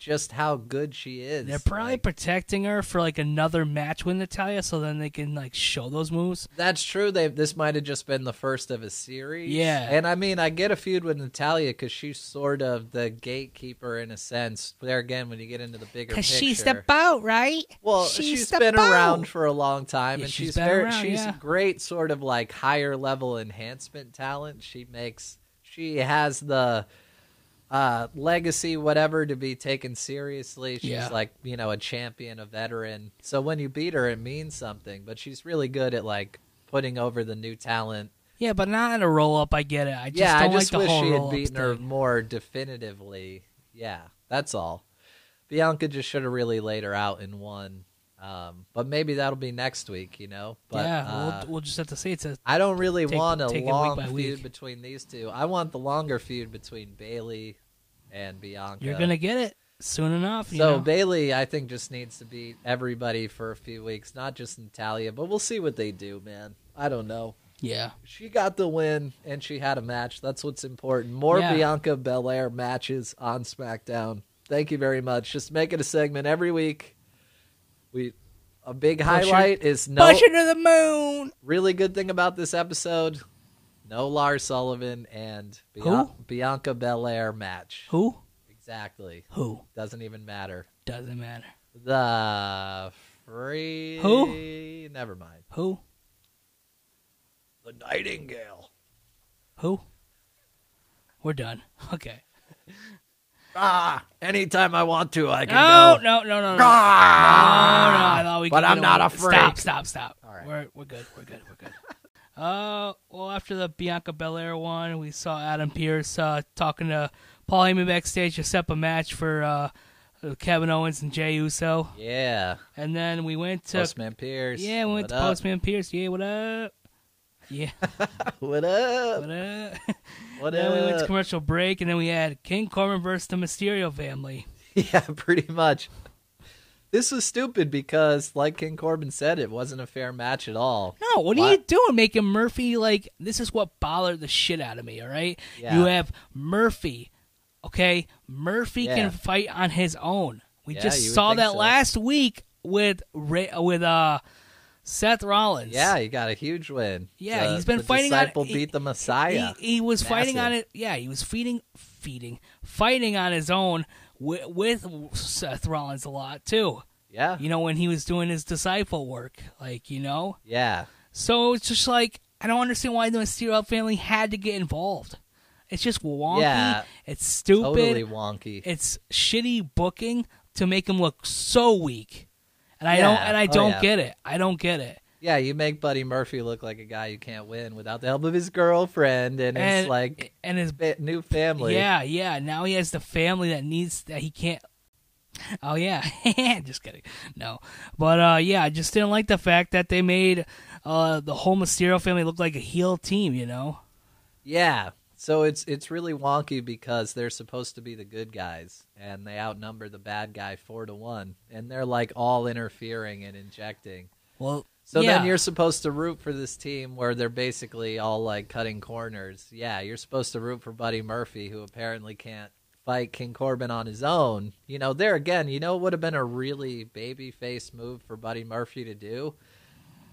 Speaker 2: just how good she is.
Speaker 1: They're probably
Speaker 2: Like,
Speaker 1: protecting her for like another match with Natalia, so then they can like show those moves.
Speaker 2: that's true. They this might have just been the first of a series.
Speaker 1: Yeah.
Speaker 2: and I mean, I get a feud with Natalia because she's sort of the gatekeeper in a sense. There again, when you get into the bigger picture,
Speaker 1: boat, right?
Speaker 2: Well,
Speaker 1: She's
Speaker 2: she's
Speaker 1: the
Speaker 2: been
Speaker 1: boat.
Speaker 2: around for a long time,
Speaker 1: Yeah,
Speaker 2: and
Speaker 1: she's
Speaker 2: she's
Speaker 1: been
Speaker 2: very,
Speaker 1: around,
Speaker 2: she's
Speaker 1: yeah.
Speaker 2: great sort of like higher level enhancement talent. She makes she has the uh, legacy, whatever, to be taken seriously. She's
Speaker 1: Yeah.
Speaker 2: like you know a champion, a veteran. So when you beat her, it means something. But she's really good at like putting over the new talent.
Speaker 1: Yeah, but not in a roll up. I get it. I just
Speaker 2: yeah,
Speaker 1: don't
Speaker 2: I just
Speaker 1: like the
Speaker 2: wish
Speaker 1: whole
Speaker 2: she
Speaker 1: roll
Speaker 2: had
Speaker 1: up
Speaker 2: beaten her
Speaker 1: thing.
Speaker 2: more definitively. Yeah, that's all. Bianca just should have really laid her out in one. Um, but maybe that'll be next week, you know. But
Speaker 1: yeah,
Speaker 2: uh,
Speaker 1: we'll, we'll just have to see. It's a
Speaker 2: I don't really
Speaker 1: take-
Speaker 2: want a
Speaker 1: take it week
Speaker 2: long
Speaker 1: by
Speaker 2: feud
Speaker 1: week.
Speaker 2: between these two. I want the longer feud between Bailey and Bianca.
Speaker 1: you're gonna get it soon enough. You
Speaker 2: so
Speaker 1: know?
Speaker 2: Bailey, I think, just needs to beat everybody for a few weeks, not just Natalia. But we'll see what they do, man. I don't know
Speaker 1: yeah,
Speaker 2: she got the win and she had a match. That's what's important. More
Speaker 1: Yeah.
Speaker 2: Bianca Belair matches on SmackDown. Thank you very much. Just make it a segment every week. We a big
Speaker 1: her-
Speaker 2: highlight is no
Speaker 1: to the moon.
Speaker 2: really good thing about this episode. No Lars Sullivan and Bian-
Speaker 1: Who?
Speaker 2: Bianca Belair match.
Speaker 1: Who?
Speaker 2: Exactly.
Speaker 1: Who?
Speaker 2: Doesn't even matter.
Speaker 1: Doesn't matter.
Speaker 2: The free
Speaker 1: Who?
Speaker 2: Never mind.
Speaker 1: Who?
Speaker 2: The Nightingale.
Speaker 1: Who? We're done. Okay.
Speaker 2: Ah, anytime I want to, I can
Speaker 1: No,
Speaker 2: go.
Speaker 1: Oh, no, no, no, no.
Speaker 2: Ah!
Speaker 1: No, no, I thought we
Speaker 2: But
Speaker 1: could get
Speaker 2: I'm
Speaker 1: away-
Speaker 2: not afraid.
Speaker 1: Stop, stop, stop.
Speaker 2: All right.
Speaker 1: We're, we're good. We're good. We're good. *laughs* uh, well, after the Bianca Belair one, we saw Adam Pierce uh, talking to Paul Heyman backstage to set up a match for uh, Kevin Owens and Jay Uso.
Speaker 2: Yeah,
Speaker 1: And then we went to.
Speaker 2: Postman Pierce.
Speaker 1: yeah, we went
Speaker 2: what
Speaker 1: to
Speaker 2: up?
Speaker 1: Postman Pierce. Yeah, what up? Yeah, *laughs*
Speaker 2: *laughs* What up?
Speaker 1: what up? then we went
Speaker 2: What *laughs*
Speaker 1: to
Speaker 2: up?
Speaker 1: commercial break, and then we had King Corbin versus the Mysterio family.
Speaker 2: yeah, pretty much. This was stupid because, like King Corbin said, it wasn't a fair match at all.
Speaker 1: No, what, are
Speaker 2: Why-
Speaker 1: you doing? Making Murphy like this is what bothered the shit out of me. All right,
Speaker 2: Yeah.
Speaker 1: you have Murphy. Okay, Murphy
Speaker 2: Yeah.
Speaker 1: can fight on his own. We
Speaker 2: Yeah, you
Speaker 1: just
Speaker 2: would
Speaker 1: saw
Speaker 2: think
Speaker 1: that
Speaker 2: so.
Speaker 1: last week with Ray, with uh Seth Rollins.
Speaker 2: Yeah, he got a huge win.
Speaker 1: Yeah,
Speaker 2: The-
Speaker 1: he's been
Speaker 2: the
Speaker 1: fighting on-
Speaker 2: Disciple
Speaker 1: he-
Speaker 2: beat the Messiah.
Speaker 1: He, he was fighting on
Speaker 2: Massive.
Speaker 1: it. Yeah, he was feeding, feeding, fighting on his own with, with Seth Rollins a lot too.
Speaker 2: yeah,
Speaker 1: You know when he was doing his disciple work, like you know.
Speaker 2: yeah.
Speaker 1: So it's just like I don't understand why the Mysterio family had to get involved. It's just wonky.
Speaker 2: Yeah.
Speaker 1: it's stupid.
Speaker 2: Totally wonky.
Speaker 1: It's shitty booking to make him look so weak. And I
Speaker 2: Yeah.
Speaker 1: don't and I
Speaker 2: Oh,
Speaker 1: don't
Speaker 2: yeah.
Speaker 1: get it. I don't get it.
Speaker 2: yeah, you make Buddy Murphy look like a guy who can't win without the help of his girlfriend and,
Speaker 1: and
Speaker 2: his like
Speaker 1: and his
Speaker 2: fa- new family.
Speaker 1: yeah yeah. Now he has the family that needs that he can't. Oh yeah, *laughs* just kidding. No, but uh, yeah, I just didn't like the fact that they made uh, the whole Mysterio family look like a heel team. You know.
Speaker 2: Yeah. So it's it's really wonky because they're supposed to be the good guys and they outnumber the bad guy four to one and they're like all interfering and injecting.
Speaker 1: Well,
Speaker 2: So
Speaker 1: yeah.
Speaker 2: then you're supposed to root for this team where they're basically all like cutting corners. Yeah, you're supposed to root for Buddy Murphy who apparently can't fight King Corbin on his own. You know, there again, you know it would have been a really baby face move for Buddy Murphy to do?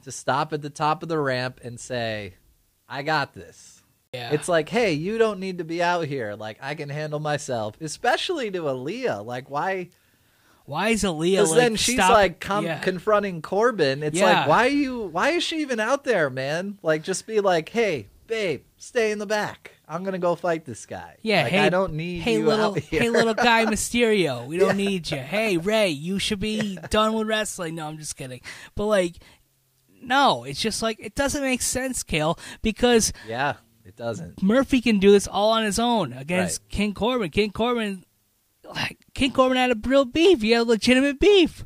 Speaker 2: To stop at the top of the ramp and say, I got this.
Speaker 1: yeah.
Speaker 2: It's like, hey, you don't need to be out here. Like, I can handle myself, especially to Aaliyah. Like, why?
Speaker 1: Why is Aaliyah?
Speaker 2: Because
Speaker 1: like,
Speaker 2: then she's
Speaker 1: stop-
Speaker 2: like com-
Speaker 1: yeah.
Speaker 2: confronting Corbin. It's
Speaker 1: Yeah.
Speaker 2: like, why are you? Why is she even out there, man? Like, just be like, hey, babe, stay in the back. I'm gonna go fight this guy.
Speaker 1: yeah,
Speaker 2: Like,
Speaker 1: hey,
Speaker 2: I don't need
Speaker 1: hey
Speaker 2: you
Speaker 1: little,
Speaker 2: out *laughs* here.
Speaker 1: hey little guy Mysterio, we
Speaker 2: *laughs*
Speaker 1: don't need you. Hey Ray, you should be done with wrestling. No, I'm just kidding. But like, no, it's just like it doesn't make sense, Kale, because
Speaker 2: yeah, it doesn't.
Speaker 1: Murphy can do this all on his own against King Corbin. King Corbin, like King Corbin had a real beef. He had legitimate beef.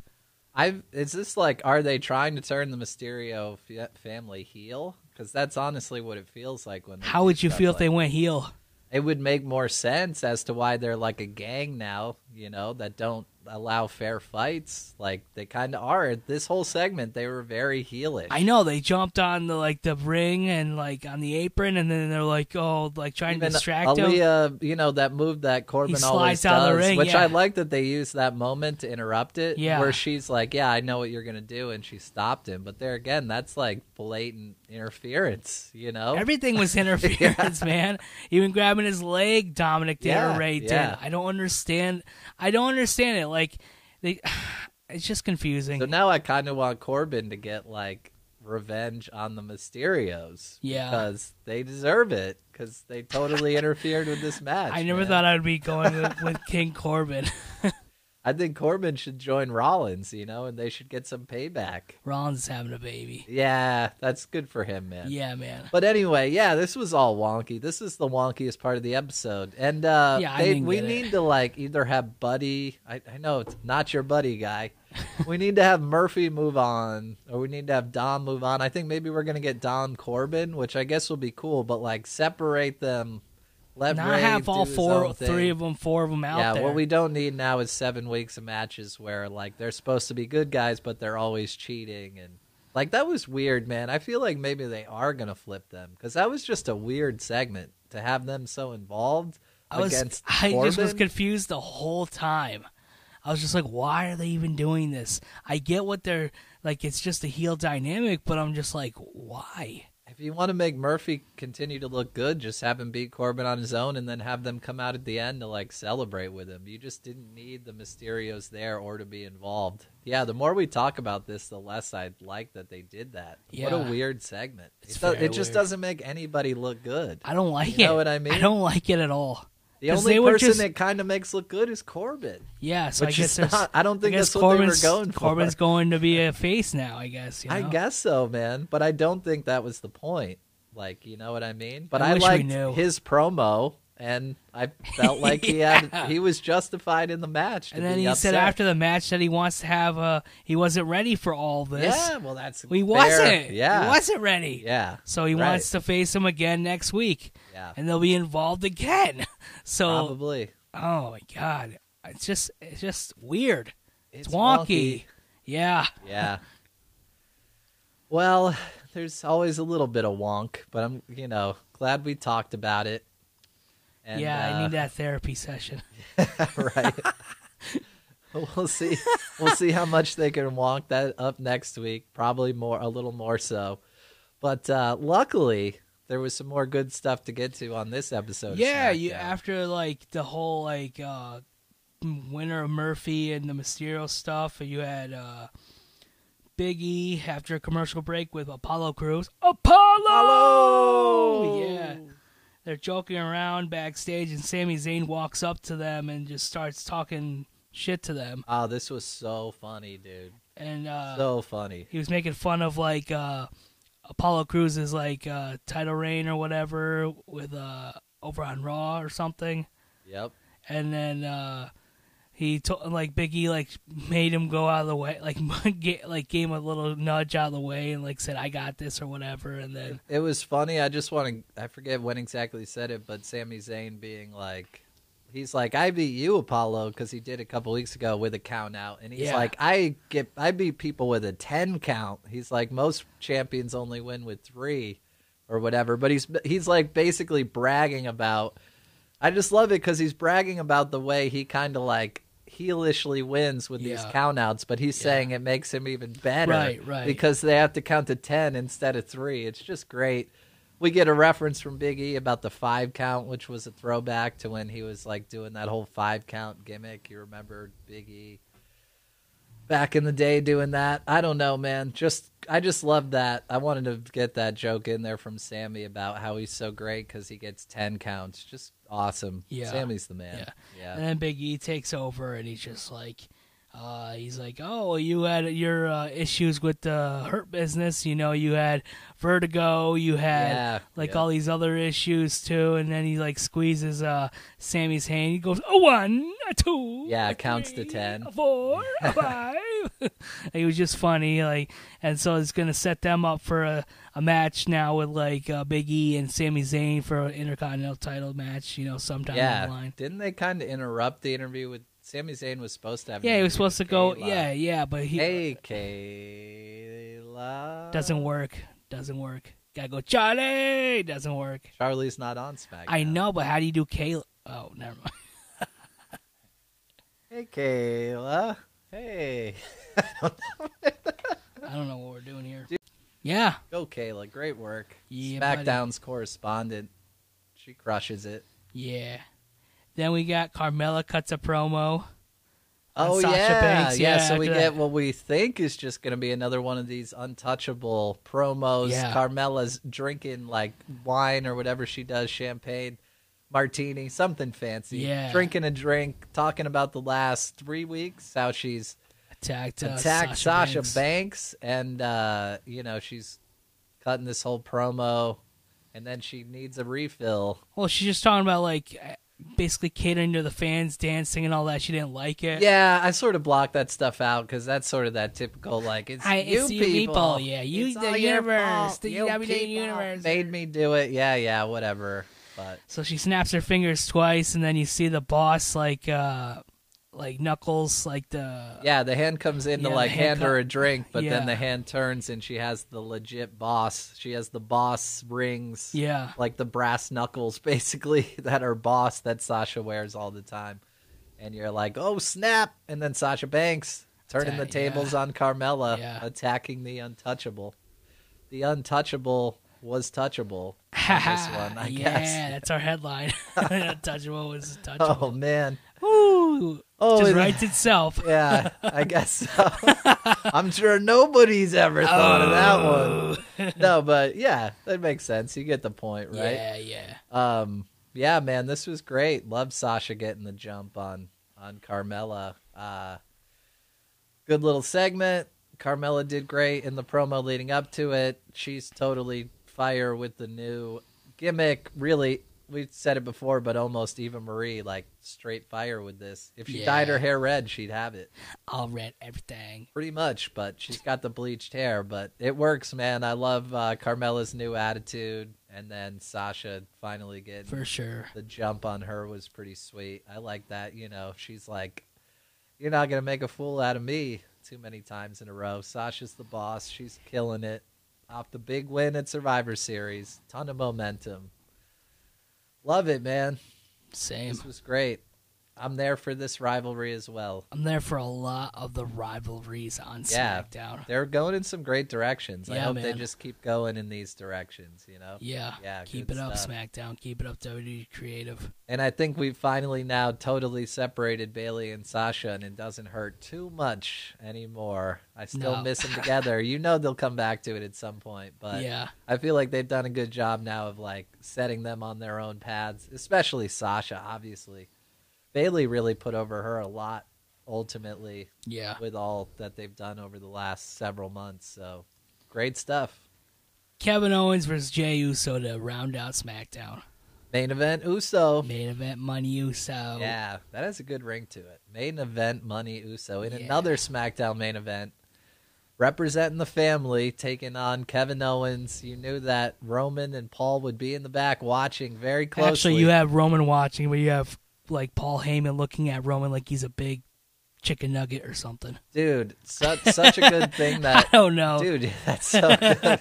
Speaker 2: I've. Is this like? Are they trying to turn the Mysterio f- family heel? Because that's honestly what it feels like when. they
Speaker 1: How
Speaker 2: do
Speaker 1: would you
Speaker 2: stuff
Speaker 1: feel
Speaker 2: like
Speaker 1: if they went heel?
Speaker 2: it would make more sense as to why they're like a gang now, you know, that don't allow fair fights. Like they kind of are. This whole segment, they were very heelish.
Speaker 1: I know they jumped on the like the ring and like on the apron, and then they're like, oh, like trying to
Speaker 2: Even
Speaker 1: distract him.
Speaker 2: Aaliyah, you know that move that Corbin
Speaker 1: He
Speaker 2: always
Speaker 1: slides out
Speaker 2: does,
Speaker 1: of the ring,
Speaker 2: which
Speaker 1: yeah.
Speaker 2: I like that they use that moment to interrupt it.
Speaker 1: Yeah.
Speaker 2: where she's like, "Yeah, I know what you're gonna do," and she stopped him. But there again, that's like blatant interference. You know,
Speaker 1: Everything
Speaker 2: *laughs*
Speaker 1: was interference, man. Even grabbing his leg, Dominic did
Speaker 2: Yeah,
Speaker 1: or Ray did.
Speaker 2: yeah.
Speaker 1: I don't understand. I don't understand it. Like they, *sighs* it's just confusing.
Speaker 2: so now I kind of want Corbin to get like revenge on the Mysterios.
Speaker 1: Yeah.
Speaker 2: because they deserve it because
Speaker 1: *laughs*
Speaker 2: they totally interfered with this match.
Speaker 1: I never
Speaker 2: man.
Speaker 1: thought I'd
Speaker 2: *laughs*
Speaker 1: be going with, with King Corbin. *laughs*
Speaker 2: I think Corbin should join Rollins. You know, and they should get some payback.
Speaker 1: Rollins is having a baby.
Speaker 2: Yeah, that's good for him, man.
Speaker 1: Yeah, *laughs* man.
Speaker 2: But anyway, yeah, this was all wonky. This is the wonkiest part of the episode, and uh,
Speaker 1: Yeah, I
Speaker 2: they,
Speaker 1: didn't
Speaker 2: we
Speaker 1: get it.
Speaker 2: need to like either have Buddy. I, I know it's not your
Speaker 1: *laughs*
Speaker 2: buddy guy. we need to have Murphy move on, or we need to have Dom move on. I think maybe we're gonna get Don Corbin, which I guess will be cool. But like separate them. Let
Speaker 1: Not
Speaker 2: Ray
Speaker 1: have
Speaker 2: do
Speaker 1: all
Speaker 2: his
Speaker 1: four,
Speaker 2: own thing.
Speaker 1: three of them, four of them out
Speaker 2: Yeah,
Speaker 1: there.
Speaker 2: what we don't need now is seven weeks of matches where like they're supposed to be good guys, but they're always cheating and like that was weird, man. I feel like maybe they are gonna flip them because that was just a weird segment to have them so involved
Speaker 1: I was,
Speaker 2: against
Speaker 1: *laughs* I just was
Speaker 2: Corbin.
Speaker 1: confused the whole time. I was just like, why are they even doing this? I get what they're like. It's just a heel dynamic, but I'm just like, why?
Speaker 2: If you want to make Murphy continue to look good, just have him beat Corbin on his own, and then have them come out at the end to like celebrate with him. You just didn't need the Mysterios there or to be involved. Yeah, the more we talk about this, the less I like that they did that. What
Speaker 1: Yeah.
Speaker 2: a weird segment.
Speaker 1: It's
Speaker 2: it, does,
Speaker 1: very
Speaker 2: it just
Speaker 1: weird.
Speaker 2: doesn't make anybody look good.
Speaker 1: I don't like
Speaker 2: You
Speaker 1: it.
Speaker 2: know what I mean?
Speaker 1: I don't like it at all.
Speaker 2: The
Speaker 1: 'Cause
Speaker 2: only
Speaker 1: they were
Speaker 2: person
Speaker 1: just-
Speaker 2: that kind of makes look good is Corbin.
Speaker 1: Yeah, so
Speaker 2: Which
Speaker 1: I
Speaker 2: is
Speaker 1: guess there's-
Speaker 2: not- I don't think
Speaker 1: guess
Speaker 2: that's what they were
Speaker 1: Corbin's,
Speaker 2: going for.
Speaker 1: Corbin's going to be a face now. I guess. You know?
Speaker 2: I guess so, man. But I don't think that was the point. Like, you know what I mean? But
Speaker 1: I
Speaker 2: I,
Speaker 1: wish we
Speaker 2: liked
Speaker 1: knew.
Speaker 2: his promo, and I
Speaker 1: *laughs*
Speaker 2: felt like he
Speaker 1: Yeah.
Speaker 2: had he was justified in the match. to
Speaker 1: And then
Speaker 2: be
Speaker 1: he said
Speaker 2: upset.
Speaker 1: after the match that he wants to have a. He wasn't ready for all this.
Speaker 2: yeah, well, that's
Speaker 1: He
Speaker 2: fair.
Speaker 1: wasn't.
Speaker 2: Yeah,
Speaker 1: He wasn't ready.
Speaker 2: yeah,
Speaker 1: So he
Speaker 2: Right.
Speaker 1: wants to face him again next week.
Speaker 2: yeah.
Speaker 1: and they'll be involved again. *laughs* So,
Speaker 2: Probably
Speaker 1: oh my god, it's just it's just weird.
Speaker 2: it's,
Speaker 1: It's, wonky. Yeah,
Speaker 2: Yeah. Well, there's always a little bit of wonk, but I'm you know glad we talked about it. And,
Speaker 1: yeah.
Speaker 2: uh,
Speaker 1: I need that therapy session.
Speaker 2: *laughs* right. we'll see. We'll see how much they can walk that up next week. Probably more, a little more so. But uh, luckily, there was some more good stuff to get Oh, to on this episode. of
Speaker 1: yeah, you
Speaker 2: SmackDown.
Speaker 1: after like the whole like uh winner of Murphy and the Mysterio stuff. You had uh Big E after a commercial break with Apollo Crews. Apollo.
Speaker 2: Hello!
Speaker 1: Yeah. They're joking around backstage, and Sami Zayn walks up to them and just starts talking shit to them.
Speaker 2: Oh, this was so funny, dude.
Speaker 1: And uh,
Speaker 2: So funny.
Speaker 1: he was making fun of like uh Apollo Cruz's like uh title reign or whatever with uh over on Raw or something
Speaker 2: Yep.
Speaker 1: and then uh he told like Biggie like made him go out of the way like *laughs* get, like gave him a little nudge out of the way and like said I got this or whatever and then
Speaker 2: It was funny. I just want to. I forget when exactly he said it, but Sami Zayn being like, he's like, I beat you, Apollo, because he did a couple weeks ago with a count out, and he's
Speaker 1: Yeah.
Speaker 2: like, I get, I beat people with a ten count. He's like, most champions only win with three, or whatever. But he's he's like basically bragging about. I just love it because he's bragging about the way he kind of like heelishly wins with these
Speaker 1: Yeah.
Speaker 2: count outs, but he's saying it makes him even better
Speaker 1: Right, right.
Speaker 2: because they have to count to 10 instead of 3. It's just great. We get a reference from Big E about the 5 count, which was a throwback to when he was like doing that whole 5 count gimmick. You remember Big E back in the day doing that? I don't know, man. Just I just love that. I wanted to get that joke in there from Sammy about how he's so great cuz he gets 10 counts. Just awesome.
Speaker 1: Yeah.
Speaker 2: Sammy's the man.
Speaker 1: and then Big E takes over and he's just like uh, he's like, oh, you had your uh, issues with the hurt business. You know, you had vertigo. You had
Speaker 2: Yeah,
Speaker 1: like
Speaker 2: yeah.
Speaker 1: all these other issues too. And then he like squeezes uh, Sammy's hand. He goes, a one, a two.
Speaker 2: Yeah,
Speaker 1: a
Speaker 2: counts to
Speaker 1: three,
Speaker 2: 10.
Speaker 1: A four, a
Speaker 2: *laughs*
Speaker 1: five. *laughs* it was just funny. Like, and so it's gonna set them up for a, a match now with like uh, Big E and Sami Zayn for an Intercontinental title match. You know, sometime down the line.
Speaker 2: Didn't they kind of interrupt the interview with Sami Zayn was supposed to have.
Speaker 1: Yeah, he
Speaker 2: an
Speaker 1: was supposed to go.
Speaker 2: Kayla.
Speaker 1: Yeah, yeah, but he
Speaker 2: Hey, Kayla.
Speaker 1: doesn't work. Doesn't work. Gotta go, Charlie. Doesn't work.
Speaker 2: Charlie's not on SmackDown.
Speaker 1: I know, but how do you do Kayla? Oh, never mind.
Speaker 2: Hey, Kayla. Hey.
Speaker 1: I don't know what we're doing here.
Speaker 2: Dude.
Speaker 1: Yeah,
Speaker 2: Go, Kayla. Great work.
Speaker 1: Yeah, buddy.
Speaker 2: SmackDown's correspondent. She crushes it.
Speaker 1: yeah. Then we got Carmella cuts a promo. On
Speaker 2: Oh
Speaker 1: Sasha
Speaker 2: yeah,
Speaker 1: Banks,
Speaker 2: yeah.
Speaker 1: yeah,
Speaker 2: So we
Speaker 1: after
Speaker 2: get
Speaker 1: that.
Speaker 2: what we think is just going to be another one of these untouchable promos.
Speaker 1: Yeah.
Speaker 2: Carmella's drinking like wine or whatever she does, champagne, martini, something fancy.
Speaker 1: Yeah.
Speaker 2: drinking a drink, talking about the last three weeks, how she's
Speaker 1: Attacked. Uh,
Speaker 2: attacked Sasha,
Speaker 1: Sasha,
Speaker 2: Banks. and uh, you know she's cutting this whole promo, and then she needs a refill.
Speaker 1: Well, she's just talking about like uh, basically catering to the fans, dancing and all that. She didn't like it.
Speaker 2: Yeah, I sort of block that stuff out because that's sort of that typical like it's
Speaker 1: I-
Speaker 2: you
Speaker 1: it's you
Speaker 2: people,
Speaker 1: people, yeah, you-
Speaker 2: It's
Speaker 1: the
Speaker 2: all your
Speaker 1: universe,
Speaker 2: fault.
Speaker 1: the
Speaker 2: You
Speaker 1: WWE
Speaker 2: people
Speaker 1: universe."
Speaker 2: made me do it. Yeah, yeah, whatever. But
Speaker 1: So she snaps her fingers twice, and then you see the boss like, uh like Knuckles, like the
Speaker 2: yeah, the hand comes in
Speaker 1: Uh,
Speaker 2: to
Speaker 1: Yeah,
Speaker 2: like
Speaker 1: the hand
Speaker 2: hand her
Speaker 1: co-
Speaker 2: a drink, but then
Speaker 1: Yeah.
Speaker 2: the hand turns and she has the legit boss. She has the boss rings,
Speaker 1: yeah.
Speaker 2: like the brass knuckles, *laughs* basically that are boss that Sasha wears all the time. And you're like, oh snap! And then Sasha Banks turning
Speaker 1: Atta-
Speaker 2: the tables
Speaker 1: yeah.
Speaker 2: on Carmella,
Speaker 1: Yeah.
Speaker 2: attacking the untouchable. The untouchable was touchable. on
Speaker 1: *laughs*
Speaker 2: this one, I
Speaker 1: yeah,
Speaker 2: guess.
Speaker 1: that's our
Speaker 2: *laughs*
Speaker 1: headline. *laughs* touchable was
Speaker 2: Oh
Speaker 1: touchable.
Speaker 2: man.
Speaker 1: Woo!
Speaker 2: Oh,
Speaker 1: just
Speaker 2: and-
Speaker 1: writes itself.
Speaker 2: *laughs* yeah, I guess
Speaker 1: *laughs*
Speaker 2: so. I'm sure nobody's ever thought of that
Speaker 1: Oh.
Speaker 2: one. No, but yeah, that makes sense. You get
Speaker 1: *laughs*
Speaker 2: the point, right?
Speaker 1: Yeah, yeah.
Speaker 2: Um, yeah, man, this was great. Love Sasha getting the jump on on Carmella. Uh, good little segment. Carmella did great in the promo leading up to it. She's totally fire with the new gimmick. Really, we said it before, but almost Eva Marie like straight fire with this. If she
Speaker 1: Yeah.
Speaker 2: dyed her hair red, she'd have it
Speaker 1: I'll read everything.
Speaker 2: pretty much. But she's got the bleached hair, but it works, man. I love uh, Carmella's new attitude, and then Sasha finally getting
Speaker 1: For sure.
Speaker 2: the jump on her was pretty sweet. I like that. You know, she's like, you're not gonna make a fool out of me too many times in a row. Sasha's the boss. She's killing it. Off the big win at Survivor Series, ton of momentum. Love it, man.
Speaker 1: Same.
Speaker 2: This was great. I'm there for this rivalry as well.
Speaker 1: I'm there for a lot of the rivalries on
Speaker 2: Yeah.
Speaker 1: SmackDown.
Speaker 2: They're going in some great directions. I
Speaker 1: Yeah,
Speaker 2: hope they
Speaker 1: man.
Speaker 2: just keep going in these directions, you know?
Speaker 1: Yeah.
Speaker 2: Yeah,
Speaker 1: Keep
Speaker 2: good
Speaker 1: it up,
Speaker 2: stuff.
Speaker 1: SmackDown. Keep it up, WWE Creative.
Speaker 2: And I think we've finally now totally separated Bailey and Sasha, and it doesn't hurt too much anymore. I still
Speaker 1: No.
Speaker 2: miss
Speaker 1: *laughs*
Speaker 2: them together. You know they'll come back to it at some point, but
Speaker 1: yeah.
Speaker 2: I feel like they've done a good job now of like setting them on their own paths, especially Sasha. Obviously, Bailey really put over her a lot ultimately
Speaker 1: Yeah.
Speaker 2: with all that they've done over the last several months. So great stuff.
Speaker 1: Kevin Owens versus Jey Uso to round out SmackDown.
Speaker 2: Main event Uso.
Speaker 1: Main event Money Uso.
Speaker 2: Yeah, that has a good ring to it. Main event, Money Uso in
Speaker 1: Yeah.
Speaker 2: another SmackDown main event, representing the family, taking on Kevin Owens. You knew that Roman and Paul would be in the back watching very closely.
Speaker 1: Actually, you have Roman watching, but you have like Paul Heyman looking at Roman like he's a big chicken nugget or something. *laughs*
Speaker 2: dude, such such a good thing
Speaker 1: I *laughs*
Speaker 2: that.
Speaker 1: don't know.
Speaker 2: Dude, *laughs* that's so good.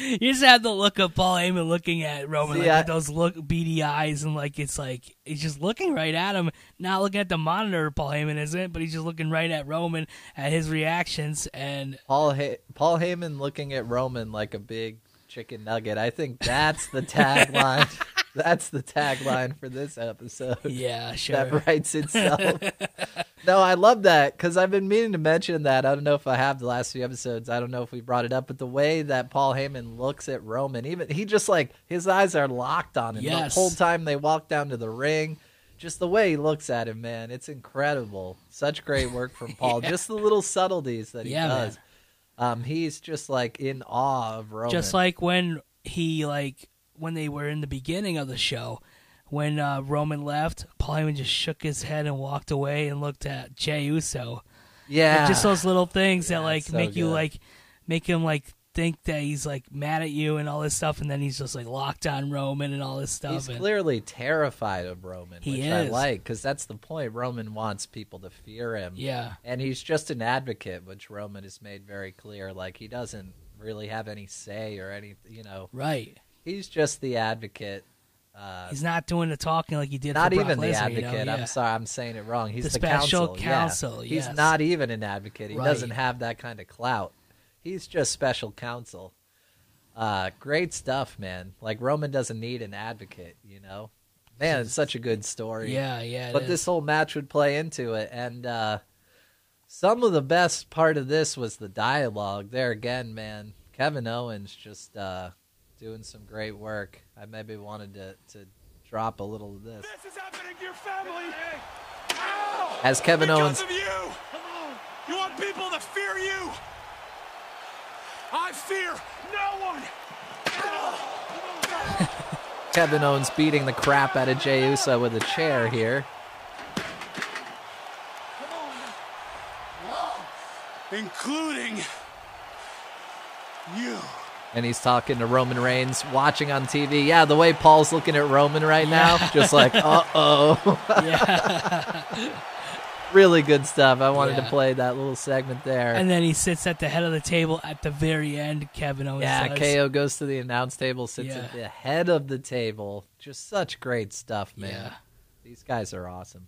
Speaker 1: You just have the look of Paul Heyman looking at Roman
Speaker 2: See,
Speaker 1: like,
Speaker 2: I-
Speaker 1: with those look beady eyes, and like it's like he's just looking right at him, not looking at the monitor. Paul Heyman isn't, but he's just looking right at Roman at his reactions, and
Speaker 2: Paul Hey Paul Heyman looking at Roman like a big chicken nugget. I think that's
Speaker 1: *laughs*
Speaker 2: the tagline. that's the tagline for this episode.
Speaker 1: yeah, sure,
Speaker 2: that
Speaker 1: *laughs*
Speaker 2: writes itself. no, I love that because I've been meaning to mention that. I don't know if I have the last few episodes. I don't know if we brought it up, but the way that Paul Heyman looks at Roman, even he just like his eyes are locked on him
Speaker 1: Yes.
Speaker 2: the whole time they walk down to the ring. Just the way he looks at him, man, it's incredible. Such great work
Speaker 1: *laughs*
Speaker 2: from Paul. Just the little subtleties that he
Speaker 1: Yeah, man.
Speaker 2: does. Um, he's just like in awe of Roman.
Speaker 1: just like when he like when they were in the beginning of the show. When uh, Roman left, Paul Heyman just shook his head and walked away and looked at Jey Uso.
Speaker 2: yeah,
Speaker 1: Just those little things
Speaker 2: Yeah,
Speaker 1: that like
Speaker 2: it's so
Speaker 1: make you
Speaker 2: good.
Speaker 1: like make him like think that he's like mad at you and all this stuff, and then he's just like locked on Roman and all this stuff.
Speaker 2: He's
Speaker 1: and-
Speaker 2: clearly terrified of Roman,
Speaker 1: He
Speaker 2: which I
Speaker 1: is.
Speaker 2: like because that's the point. Roman wants people to fear him.
Speaker 1: yeah,
Speaker 2: And he's just an advocate, which Roman has made very clear. Like, he doesn't really have any say or any, you know,
Speaker 1: right.
Speaker 2: he's just the advocate. Uh,
Speaker 1: He's not doing the talking like he did.
Speaker 2: not
Speaker 1: for Brock
Speaker 2: even the
Speaker 1: Lesnar, you know?
Speaker 2: advocate.
Speaker 1: Yeah.
Speaker 2: I'm sorry, I'm saying it wrong. He's
Speaker 1: The
Speaker 2: the,
Speaker 1: special
Speaker 2: counsel.
Speaker 1: counsel,
Speaker 2: Yeah.
Speaker 1: yes.
Speaker 2: He's not even an advocate. He
Speaker 1: Right.
Speaker 2: doesn't have that kind of clout. He's just special counsel. Uh, great stuff, man. Like Roman doesn't need an advocate, you know. Man, it's such a good story.
Speaker 1: Yeah, yeah. it
Speaker 2: But
Speaker 1: is.
Speaker 2: *laughs* this whole match would play into it, and uh, some of the best part of this was the dialogue. There again, man, Kevin Owens just uh, doing some great work. I maybe wanted to, to drop a little of this.
Speaker 3: This is happening to your family. Ow!
Speaker 2: As Kevin
Speaker 3: because
Speaker 2: Owens-
Speaker 3: of you. You want people to fear you. I fear no one.
Speaker 2: Kevin Owens beating the crap out of Jey Uso with a chair here.
Speaker 3: Including you.
Speaker 2: And he's talking to Roman Reigns, watching on TV. Yeah, the way Paul's looking at Roman right now,
Speaker 1: *laughs*
Speaker 2: just like, uh oh.
Speaker 1: yeah.
Speaker 2: really good stuff. I wanted
Speaker 1: Yeah.
Speaker 2: to play that little segment there.
Speaker 1: and then he sits at the head of the table at the very end. Kevin Owens.
Speaker 2: yeah,
Speaker 1: does.
Speaker 2: KO goes to the announce table, sits
Speaker 1: Yeah.
Speaker 2: at the head of the table. Just such great stuff, man.
Speaker 1: Yeah.
Speaker 2: These guys are awesome.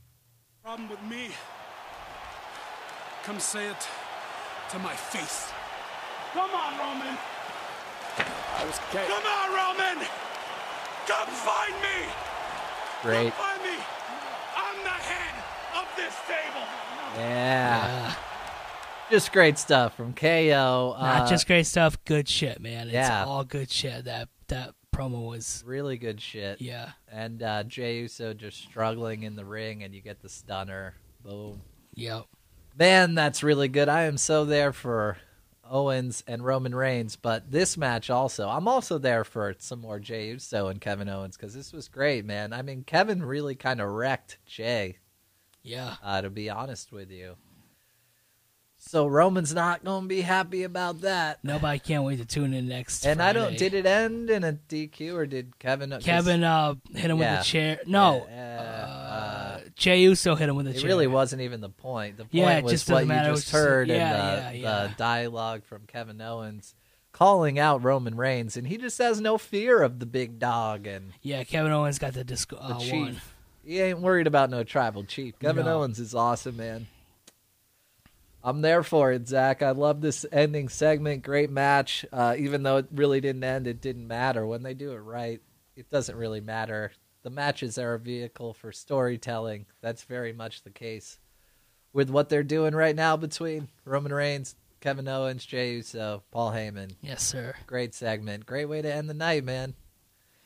Speaker 3: Problem with me. Come say it to my face. Come on, Roman.
Speaker 4: I was okay.
Speaker 3: Come on, Roman. Come find me.
Speaker 2: Great.
Speaker 3: Come find me. I'm the head of this table.
Speaker 2: Yeah.
Speaker 1: Yeah.
Speaker 2: Just great stuff from KO.
Speaker 1: Not
Speaker 2: Uh,
Speaker 1: just great stuff, good shit, man. It's
Speaker 2: yeah.
Speaker 1: all good shit. That that promo was
Speaker 2: Uh, really good shit.
Speaker 1: yeah.
Speaker 2: and uh, Jey Uso just struggling in the ring, and you get the stunner. Boom.
Speaker 1: Yep.
Speaker 2: Man, that's really good. I am so there for Owens and Roman Reigns, but this match also. I'm also there for some more Jey Uso and Kevin Owens because this was great, man. I mean, Kevin really kind of wrecked Jey,
Speaker 1: Yeah.
Speaker 2: uh, to be honest with you. So Roman's not going to be happy about that.
Speaker 1: Nobody can't wait to tune in next.
Speaker 2: And I don't.
Speaker 1: Friday.
Speaker 2: Did it end in a DQ or did Kevin? 'cause
Speaker 1: Kevin uh, hit him with
Speaker 2: Yeah.
Speaker 1: a chair. No,
Speaker 2: Yeah, uh,
Speaker 1: uh, Jey Uso hit him with a
Speaker 2: It
Speaker 1: chair.
Speaker 2: really wasn't even the point. The point
Speaker 1: Yeah, it
Speaker 2: was
Speaker 1: just
Speaker 2: what
Speaker 1: doesn't
Speaker 2: you
Speaker 1: matter. It was
Speaker 2: just
Speaker 1: just a-
Speaker 2: heard and
Speaker 1: yeah,
Speaker 2: the,
Speaker 1: yeah,
Speaker 2: the
Speaker 1: yeah.
Speaker 2: dialogue from Kevin Owens calling out Roman Reigns, and he just has no fear of the big dog and
Speaker 1: Yeah, Kevin Owens got the disco.
Speaker 2: the
Speaker 1: Uh,
Speaker 2: chief.
Speaker 1: one.
Speaker 2: He ain't worried about no tribal chief. Kevin
Speaker 1: No.
Speaker 2: Owens is awesome, man. I'm there for it, Zach. I love this ending segment. Great match. Uh, even though it really didn't end, it didn't matter. When they do it right, it doesn't really matter. The matches are a vehicle for storytelling. That's very much the case with what they're doing right now between Roman Reigns, Kevin Owens, Jey Uso, Paul Heyman.
Speaker 1: Yes, sir.
Speaker 2: Great segment. Great way to end the night, man.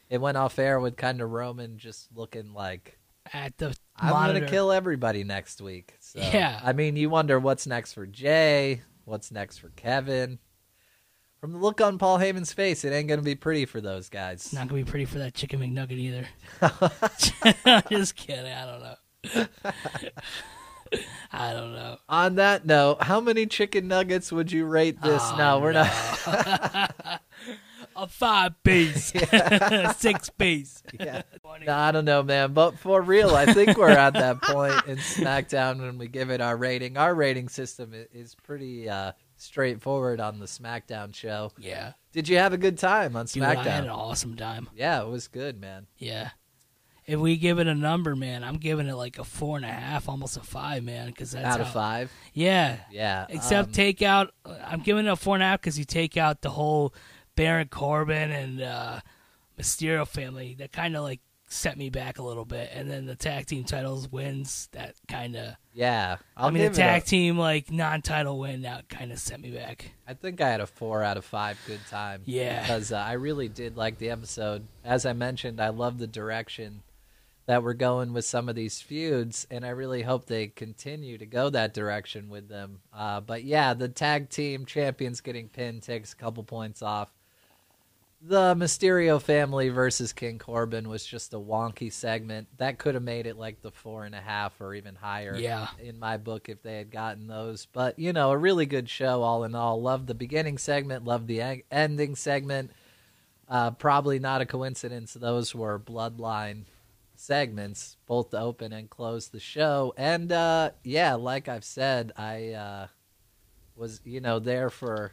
Speaker 2: It went off air with kind of Roman just looking like
Speaker 1: At the
Speaker 2: I'm
Speaker 1: monitor.
Speaker 2: gonna kill everybody next week. So,
Speaker 1: Yeah.
Speaker 2: I mean, you wonder what's next for Jay, what's next for Kevin. From the look on Paul Heyman's face, it ain't gonna be pretty for those guys.
Speaker 1: Not gonna be pretty for that chicken McNugget
Speaker 2: *laughs*
Speaker 1: either. *laughs* just kidding. I don't know.
Speaker 2: *laughs*
Speaker 1: I don't know.
Speaker 2: On that note, how many chicken nuggets would you rate this?
Speaker 1: Oh,
Speaker 2: no, we're not. *laughs*
Speaker 1: A five piece, *laughs* six
Speaker 2: *laughs*
Speaker 1: piece.
Speaker 2: Yeah.
Speaker 1: Funny.
Speaker 2: No, I don't know, man. But for real, I think we're at that point in SmackDown when we give it our rating. Our rating system i- is pretty uh, straightforward on the SmackDown show.
Speaker 1: Yeah.
Speaker 2: Did you have a good time on
Speaker 1: Dude, I had
Speaker 2: SmackDown?
Speaker 1: an awesome time.
Speaker 2: yeah, it was good, man.
Speaker 1: Yeah. If we give it a number, man, I'm giving it like a four and a half, almost a five, man. Because that's
Speaker 2: out of
Speaker 1: how-
Speaker 2: five.
Speaker 1: Yeah.
Speaker 2: Yeah.
Speaker 1: Except
Speaker 2: um,
Speaker 1: take out. I'm giving it a four and a half because you take out the whole Baron Corbin and uh, Mysterio family. That kind of like set me back a little bit, and then the tag team titles wins. That kind of.
Speaker 2: yeah. I'll
Speaker 1: I mean,
Speaker 2: give
Speaker 1: the
Speaker 2: it a-
Speaker 1: tag team like non-title win that kind of set me back.
Speaker 2: I think I had a four out of five good time.
Speaker 1: Yeah.
Speaker 2: Because uh, I really did like the episode. As I mentioned, I love the direction that we're going with some of these feuds, and I really hope they continue to go that direction with them. Uh, but yeah, the tag team champions getting pinned takes a couple points off. the Mysterio family versus King Corbin was just a wonky segment. That could have made it like the four and a half or even higher
Speaker 1: Yeah.
Speaker 2: in my book if they had gotten those. But, you know, a really good show all in all. Loved the beginning segment, loved the en- ending segment. Uh, probably not a coincidence those were Bloodline segments, both to open and close the show. And, uh, yeah, like I've said, I. Uh, was you know there for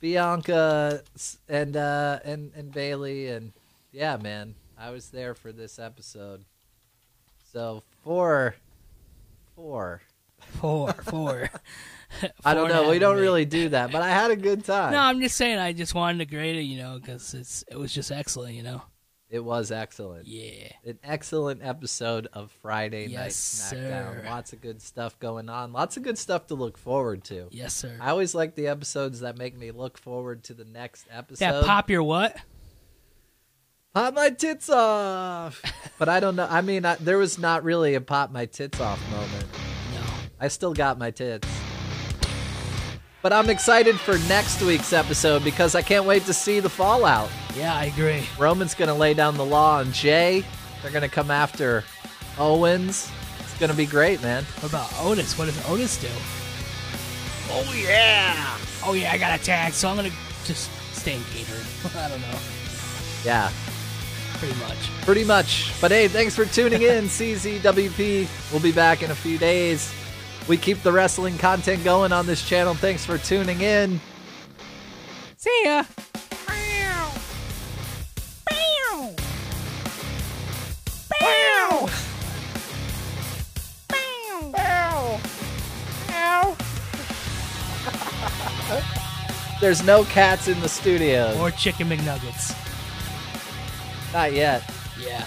Speaker 2: Bianca s- and uh and and Bailey and yeah man I was there for this episode so four four
Speaker 1: Four, *laughs* four.
Speaker 2: *laughs* I don't
Speaker 1: Four
Speaker 2: know we
Speaker 1: and a
Speaker 2: don't
Speaker 1: half.
Speaker 2: really do that but I had a good
Speaker 1: *laughs*
Speaker 2: time
Speaker 1: No, I'm just saying. I just wanted to grade it, you know, because it's it was just excellent, you know.
Speaker 2: it was excellent
Speaker 1: Yeah.
Speaker 2: an excellent episode of Friday Night
Speaker 1: Yes, sir.
Speaker 2: SmackDown lots of good stuff going on lots of good stuff to look forward to
Speaker 1: Yes, sir.
Speaker 2: I always like the episodes that make me look forward to the next episode
Speaker 1: that pop your what?
Speaker 2: pop my tits off. but I don't know. I mean, I, there was not really a pop my tits off moment.
Speaker 1: No.
Speaker 2: I still got my tits. But I'm excited for next week's episode because I can't wait to see the fallout.
Speaker 1: Yeah, I agree.
Speaker 2: Roman's going to lay down the law on Jay. They're going to come after Owens. It's going to be great, man.
Speaker 1: What about Otis? What does Otis do?
Speaker 2: Oh, yeah.
Speaker 1: Oh yeah, I got attacked, so I'm gonna just stay in Gatorade. *laughs* I don't know,
Speaker 2: Yeah.
Speaker 1: pretty much.
Speaker 2: pretty much. But hey, thanks for tuning in, CZWP. We'll be back in a few days. We keep the wrestling content going on this channel. Thanks for tuning in.
Speaker 1: See ya.
Speaker 3: Bow! Bow! Bow!
Speaker 2: There's no cats in the studio.
Speaker 1: Or chicken McNuggets.
Speaker 2: Not yet.
Speaker 1: Yeah.